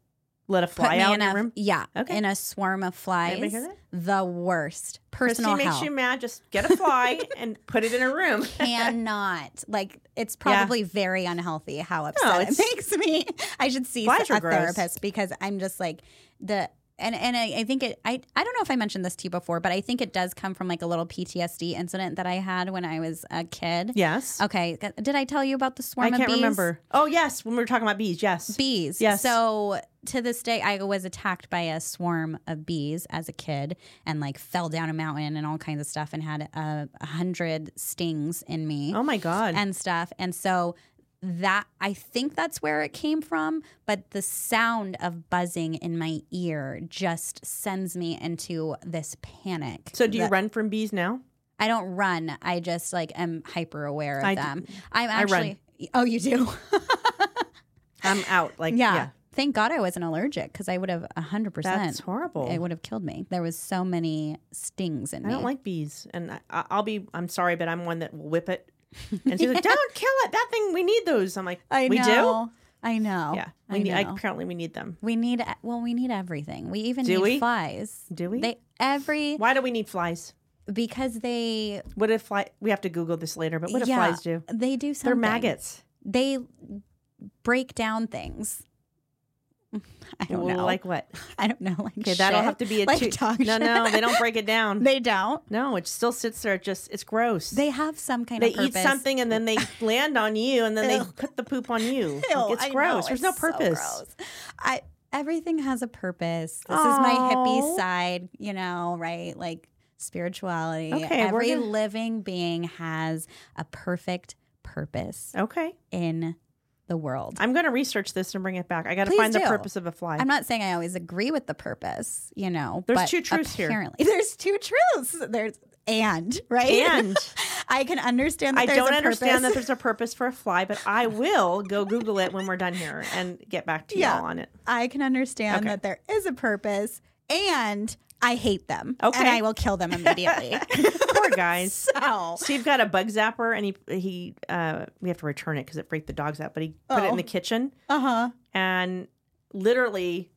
[SPEAKER 2] let a
[SPEAKER 3] Put
[SPEAKER 2] fly
[SPEAKER 3] me
[SPEAKER 2] out
[SPEAKER 3] in
[SPEAKER 2] in your
[SPEAKER 3] a-
[SPEAKER 2] room.
[SPEAKER 3] Yeah.
[SPEAKER 2] Okay.
[SPEAKER 3] In a swarm of
[SPEAKER 2] Anybody
[SPEAKER 3] flies.
[SPEAKER 2] hear that?
[SPEAKER 3] The worst.
[SPEAKER 2] Christy
[SPEAKER 3] Personal
[SPEAKER 2] makes
[SPEAKER 3] hell.
[SPEAKER 2] you mad. Just get a fly and put it in a room.
[SPEAKER 3] Cannot. Like it's
[SPEAKER 2] Yeah.
[SPEAKER 3] probably very unhealthy how upset it
[SPEAKER 2] it's-
[SPEAKER 3] makes me. I should see
[SPEAKER 2] Flies are
[SPEAKER 3] a
[SPEAKER 2] gross.
[SPEAKER 3] therapist because I'm just like the and and I, I think it I I don't know if I mentioned this to you before, but I think it does come from like a little PTSD incident that I had when I was a kid.
[SPEAKER 2] Yes,
[SPEAKER 3] Okay. Did I tell you about the swarm
[SPEAKER 2] I
[SPEAKER 3] of
[SPEAKER 2] can't
[SPEAKER 3] bees?
[SPEAKER 2] remember. Oh yes, when we were talking about bees. Yes.
[SPEAKER 3] bees.
[SPEAKER 2] Yes.
[SPEAKER 3] So to this day, I was attacked by a swarm of bees as a kid, and like fell down a mountain and all kinds of stuff, and had a, a hundred stings in me
[SPEAKER 2] oh my god.
[SPEAKER 3] and stuff. And so that I think that's where it came from. But the sound of buzzing in my ear just sends me into this panic.
[SPEAKER 2] so do you
[SPEAKER 3] that-
[SPEAKER 2] run from bees now?
[SPEAKER 3] I don't run. I just like am hyper aware of
[SPEAKER 2] I d-
[SPEAKER 3] them. I'm
[SPEAKER 2] I run.
[SPEAKER 3] actually. Oh, you do.
[SPEAKER 2] I'm out. Like
[SPEAKER 3] yeah.
[SPEAKER 2] yeah,
[SPEAKER 3] Thank God I wasn't allergic because I would have hundred
[SPEAKER 2] that's
[SPEAKER 3] percent.
[SPEAKER 2] horrible.
[SPEAKER 3] It would have killed me. There was so many stings in
[SPEAKER 2] I
[SPEAKER 3] me.
[SPEAKER 2] don't like bees, and I, I- I'll be. I'm sorry, but I'm one that will whip it. And she's like, "Don't kill it. That thing. We need those." I'm like,
[SPEAKER 3] I
[SPEAKER 2] "We
[SPEAKER 3] know. I know.
[SPEAKER 2] do. Yeah, Oh,
[SPEAKER 3] I
[SPEAKER 2] we need.
[SPEAKER 3] know.
[SPEAKER 2] apparently, we need them.
[SPEAKER 3] we need. e, Well, we need everything. We even
[SPEAKER 2] Do
[SPEAKER 3] need
[SPEAKER 2] we?
[SPEAKER 3] flies.
[SPEAKER 2] Do we?
[SPEAKER 3] They every
[SPEAKER 2] Why do we need flies?
[SPEAKER 3] because they
[SPEAKER 2] What if fly? We have to Google this later. But what do
[SPEAKER 3] Yeah,
[SPEAKER 2] flies do?
[SPEAKER 3] they do something.
[SPEAKER 2] They're maggots.
[SPEAKER 3] They break down things. I don't
[SPEAKER 2] Well,
[SPEAKER 3] know.
[SPEAKER 2] Like what?
[SPEAKER 3] I don't know. Like
[SPEAKER 2] Okay, that'll
[SPEAKER 3] shit.
[SPEAKER 2] have to be a
[SPEAKER 3] like
[SPEAKER 2] two-
[SPEAKER 3] dog
[SPEAKER 2] No,
[SPEAKER 3] shit.
[SPEAKER 2] no, they don't break it down.
[SPEAKER 3] They don't.
[SPEAKER 2] no, it still sits there. It just it's gross.
[SPEAKER 3] They have some kind
[SPEAKER 2] they
[SPEAKER 3] of purpose.
[SPEAKER 2] eat something and then they land on you and then they
[SPEAKER 3] Ew.
[SPEAKER 2] put the poop on you. Like,
[SPEAKER 3] Ew,
[SPEAKER 2] it's
[SPEAKER 3] I know,
[SPEAKER 2] gross. There's no
[SPEAKER 3] it's so
[SPEAKER 2] purpose.
[SPEAKER 3] gross. I everything has a purpose. This is my hippie
[SPEAKER 2] Aw.
[SPEAKER 3] side, you know, right? Like spirituality.
[SPEAKER 2] Okay, we're
[SPEAKER 3] Every
[SPEAKER 2] gonna-
[SPEAKER 3] living being has a perfect purpose
[SPEAKER 2] Okay,
[SPEAKER 3] in the world.
[SPEAKER 2] I'm going to research this and bring it back. I got to
[SPEAKER 3] Please
[SPEAKER 2] find
[SPEAKER 3] do.
[SPEAKER 2] the purpose of a fly.
[SPEAKER 3] I'm not saying I always agree with the purpose, you know.
[SPEAKER 2] There's
[SPEAKER 3] but
[SPEAKER 2] two truths here.
[SPEAKER 3] apparently, There's two truths. There's and right.
[SPEAKER 2] and
[SPEAKER 3] I can understand. That
[SPEAKER 2] I
[SPEAKER 3] there's
[SPEAKER 2] don't
[SPEAKER 3] a
[SPEAKER 2] understand that
[SPEAKER 3] purpose.
[SPEAKER 2] there's a purpose for a fly, but I will go Google it when we're done here and get back to
[SPEAKER 3] Yeah.
[SPEAKER 2] y'all on it.
[SPEAKER 3] I can understand
[SPEAKER 2] Okay.
[SPEAKER 3] that there is a purpose and I hate them. And
[SPEAKER 2] Okay.
[SPEAKER 3] I will kill them immediately.
[SPEAKER 2] Poor guys.
[SPEAKER 3] so
[SPEAKER 2] Steve got a bug zapper, and he he uh, we have to return it because it freaked the dogs out. But he put it
[SPEAKER 3] Oh.
[SPEAKER 2] in the kitchen,
[SPEAKER 3] uh-huh.
[SPEAKER 2] and literally,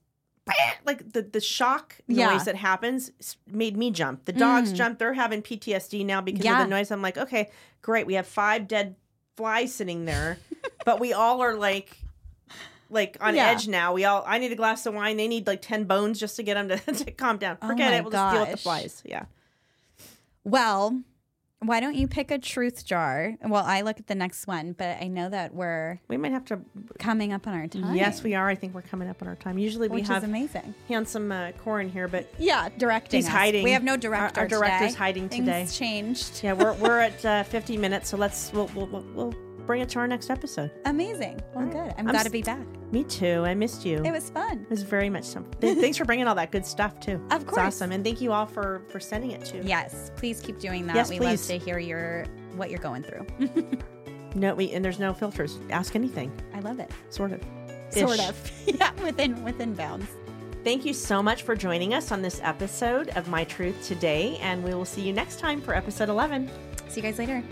[SPEAKER 2] like the the shock noise
[SPEAKER 3] Yeah.
[SPEAKER 2] that happens s- made me jump. The dogs
[SPEAKER 3] Mm.
[SPEAKER 2] jumped. They're having PTSD now because
[SPEAKER 3] Yeah.
[SPEAKER 2] of the noise. I'm like, okay, great. We have five dead flies sitting there, but we all are like. Like on
[SPEAKER 3] Yeah.
[SPEAKER 2] edge now. We all. I need a glass of wine. They need like ten bones just to get them to, to calm down.
[SPEAKER 3] Oh
[SPEAKER 2] Forget
[SPEAKER 3] my
[SPEAKER 2] it. We'll just deal with the
[SPEAKER 3] gosh.
[SPEAKER 2] flies. Yeah.
[SPEAKER 3] Well, why don't you pick a truth jar? Well, I look at the next one, but I know that we're
[SPEAKER 2] We might have to.
[SPEAKER 3] coming up on our time.
[SPEAKER 2] Yes, we are. I think we're coming up on our time. Usually we
[SPEAKER 3] Which
[SPEAKER 2] have
[SPEAKER 3] is amazing.
[SPEAKER 2] handsome uh, Corin here, but
[SPEAKER 3] Yeah, directing.
[SPEAKER 2] He's
[SPEAKER 3] us.
[SPEAKER 2] hiding.
[SPEAKER 3] We have no
[SPEAKER 2] Our-
[SPEAKER 3] director.
[SPEAKER 2] our director's
[SPEAKER 3] today.
[SPEAKER 2] hiding
[SPEAKER 3] Things
[SPEAKER 2] today.
[SPEAKER 3] changed.
[SPEAKER 2] yeah, we're we're at uh, 50 minutes, so let's we'll we'll, we'll we'll bring it to our next episode.
[SPEAKER 3] Amazing.
[SPEAKER 2] All
[SPEAKER 3] Well,
[SPEAKER 2] right.
[SPEAKER 3] good. I'm,
[SPEAKER 2] I'm
[SPEAKER 3] glad
[SPEAKER 2] s-
[SPEAKER 3] to be back.
[SPEAKER 2] Me too. I missed you.
[SPEAKER 3] It was fun.
[SPEAKER 2] It was very much something. Th- Thanks for bringing all that good stuff too.
[SPEAKER 3] Of
[SPEAKER 2] It's
[SPEAKER 3] course.
[SPEAKER 2] awesome, and thank you all for for sending it to.
[SPEAKER 3] Yes, please keep doing that.
[SPEAKER 2] Yes,
[SPEAKER 3] we
[SPEAKER 2] please.
[SPEAKER 3] love to hear your what you're going through.
[SPEAKER 2] No, we and there's no filters. Ask anything,
[SPEAKER 3] I love it.
[SPEAKER 2] sort of.
[SPEAKER 3] sort
[SPEAKER 2] Ish.
[SPEAKER 3] of. yeah, within within bounds.
[SPEAKER 2] Thank you so much for joining us on this episode of My Truth Today, and we will see you next time for episode 11.
[SPEAKER 3] See you guys later.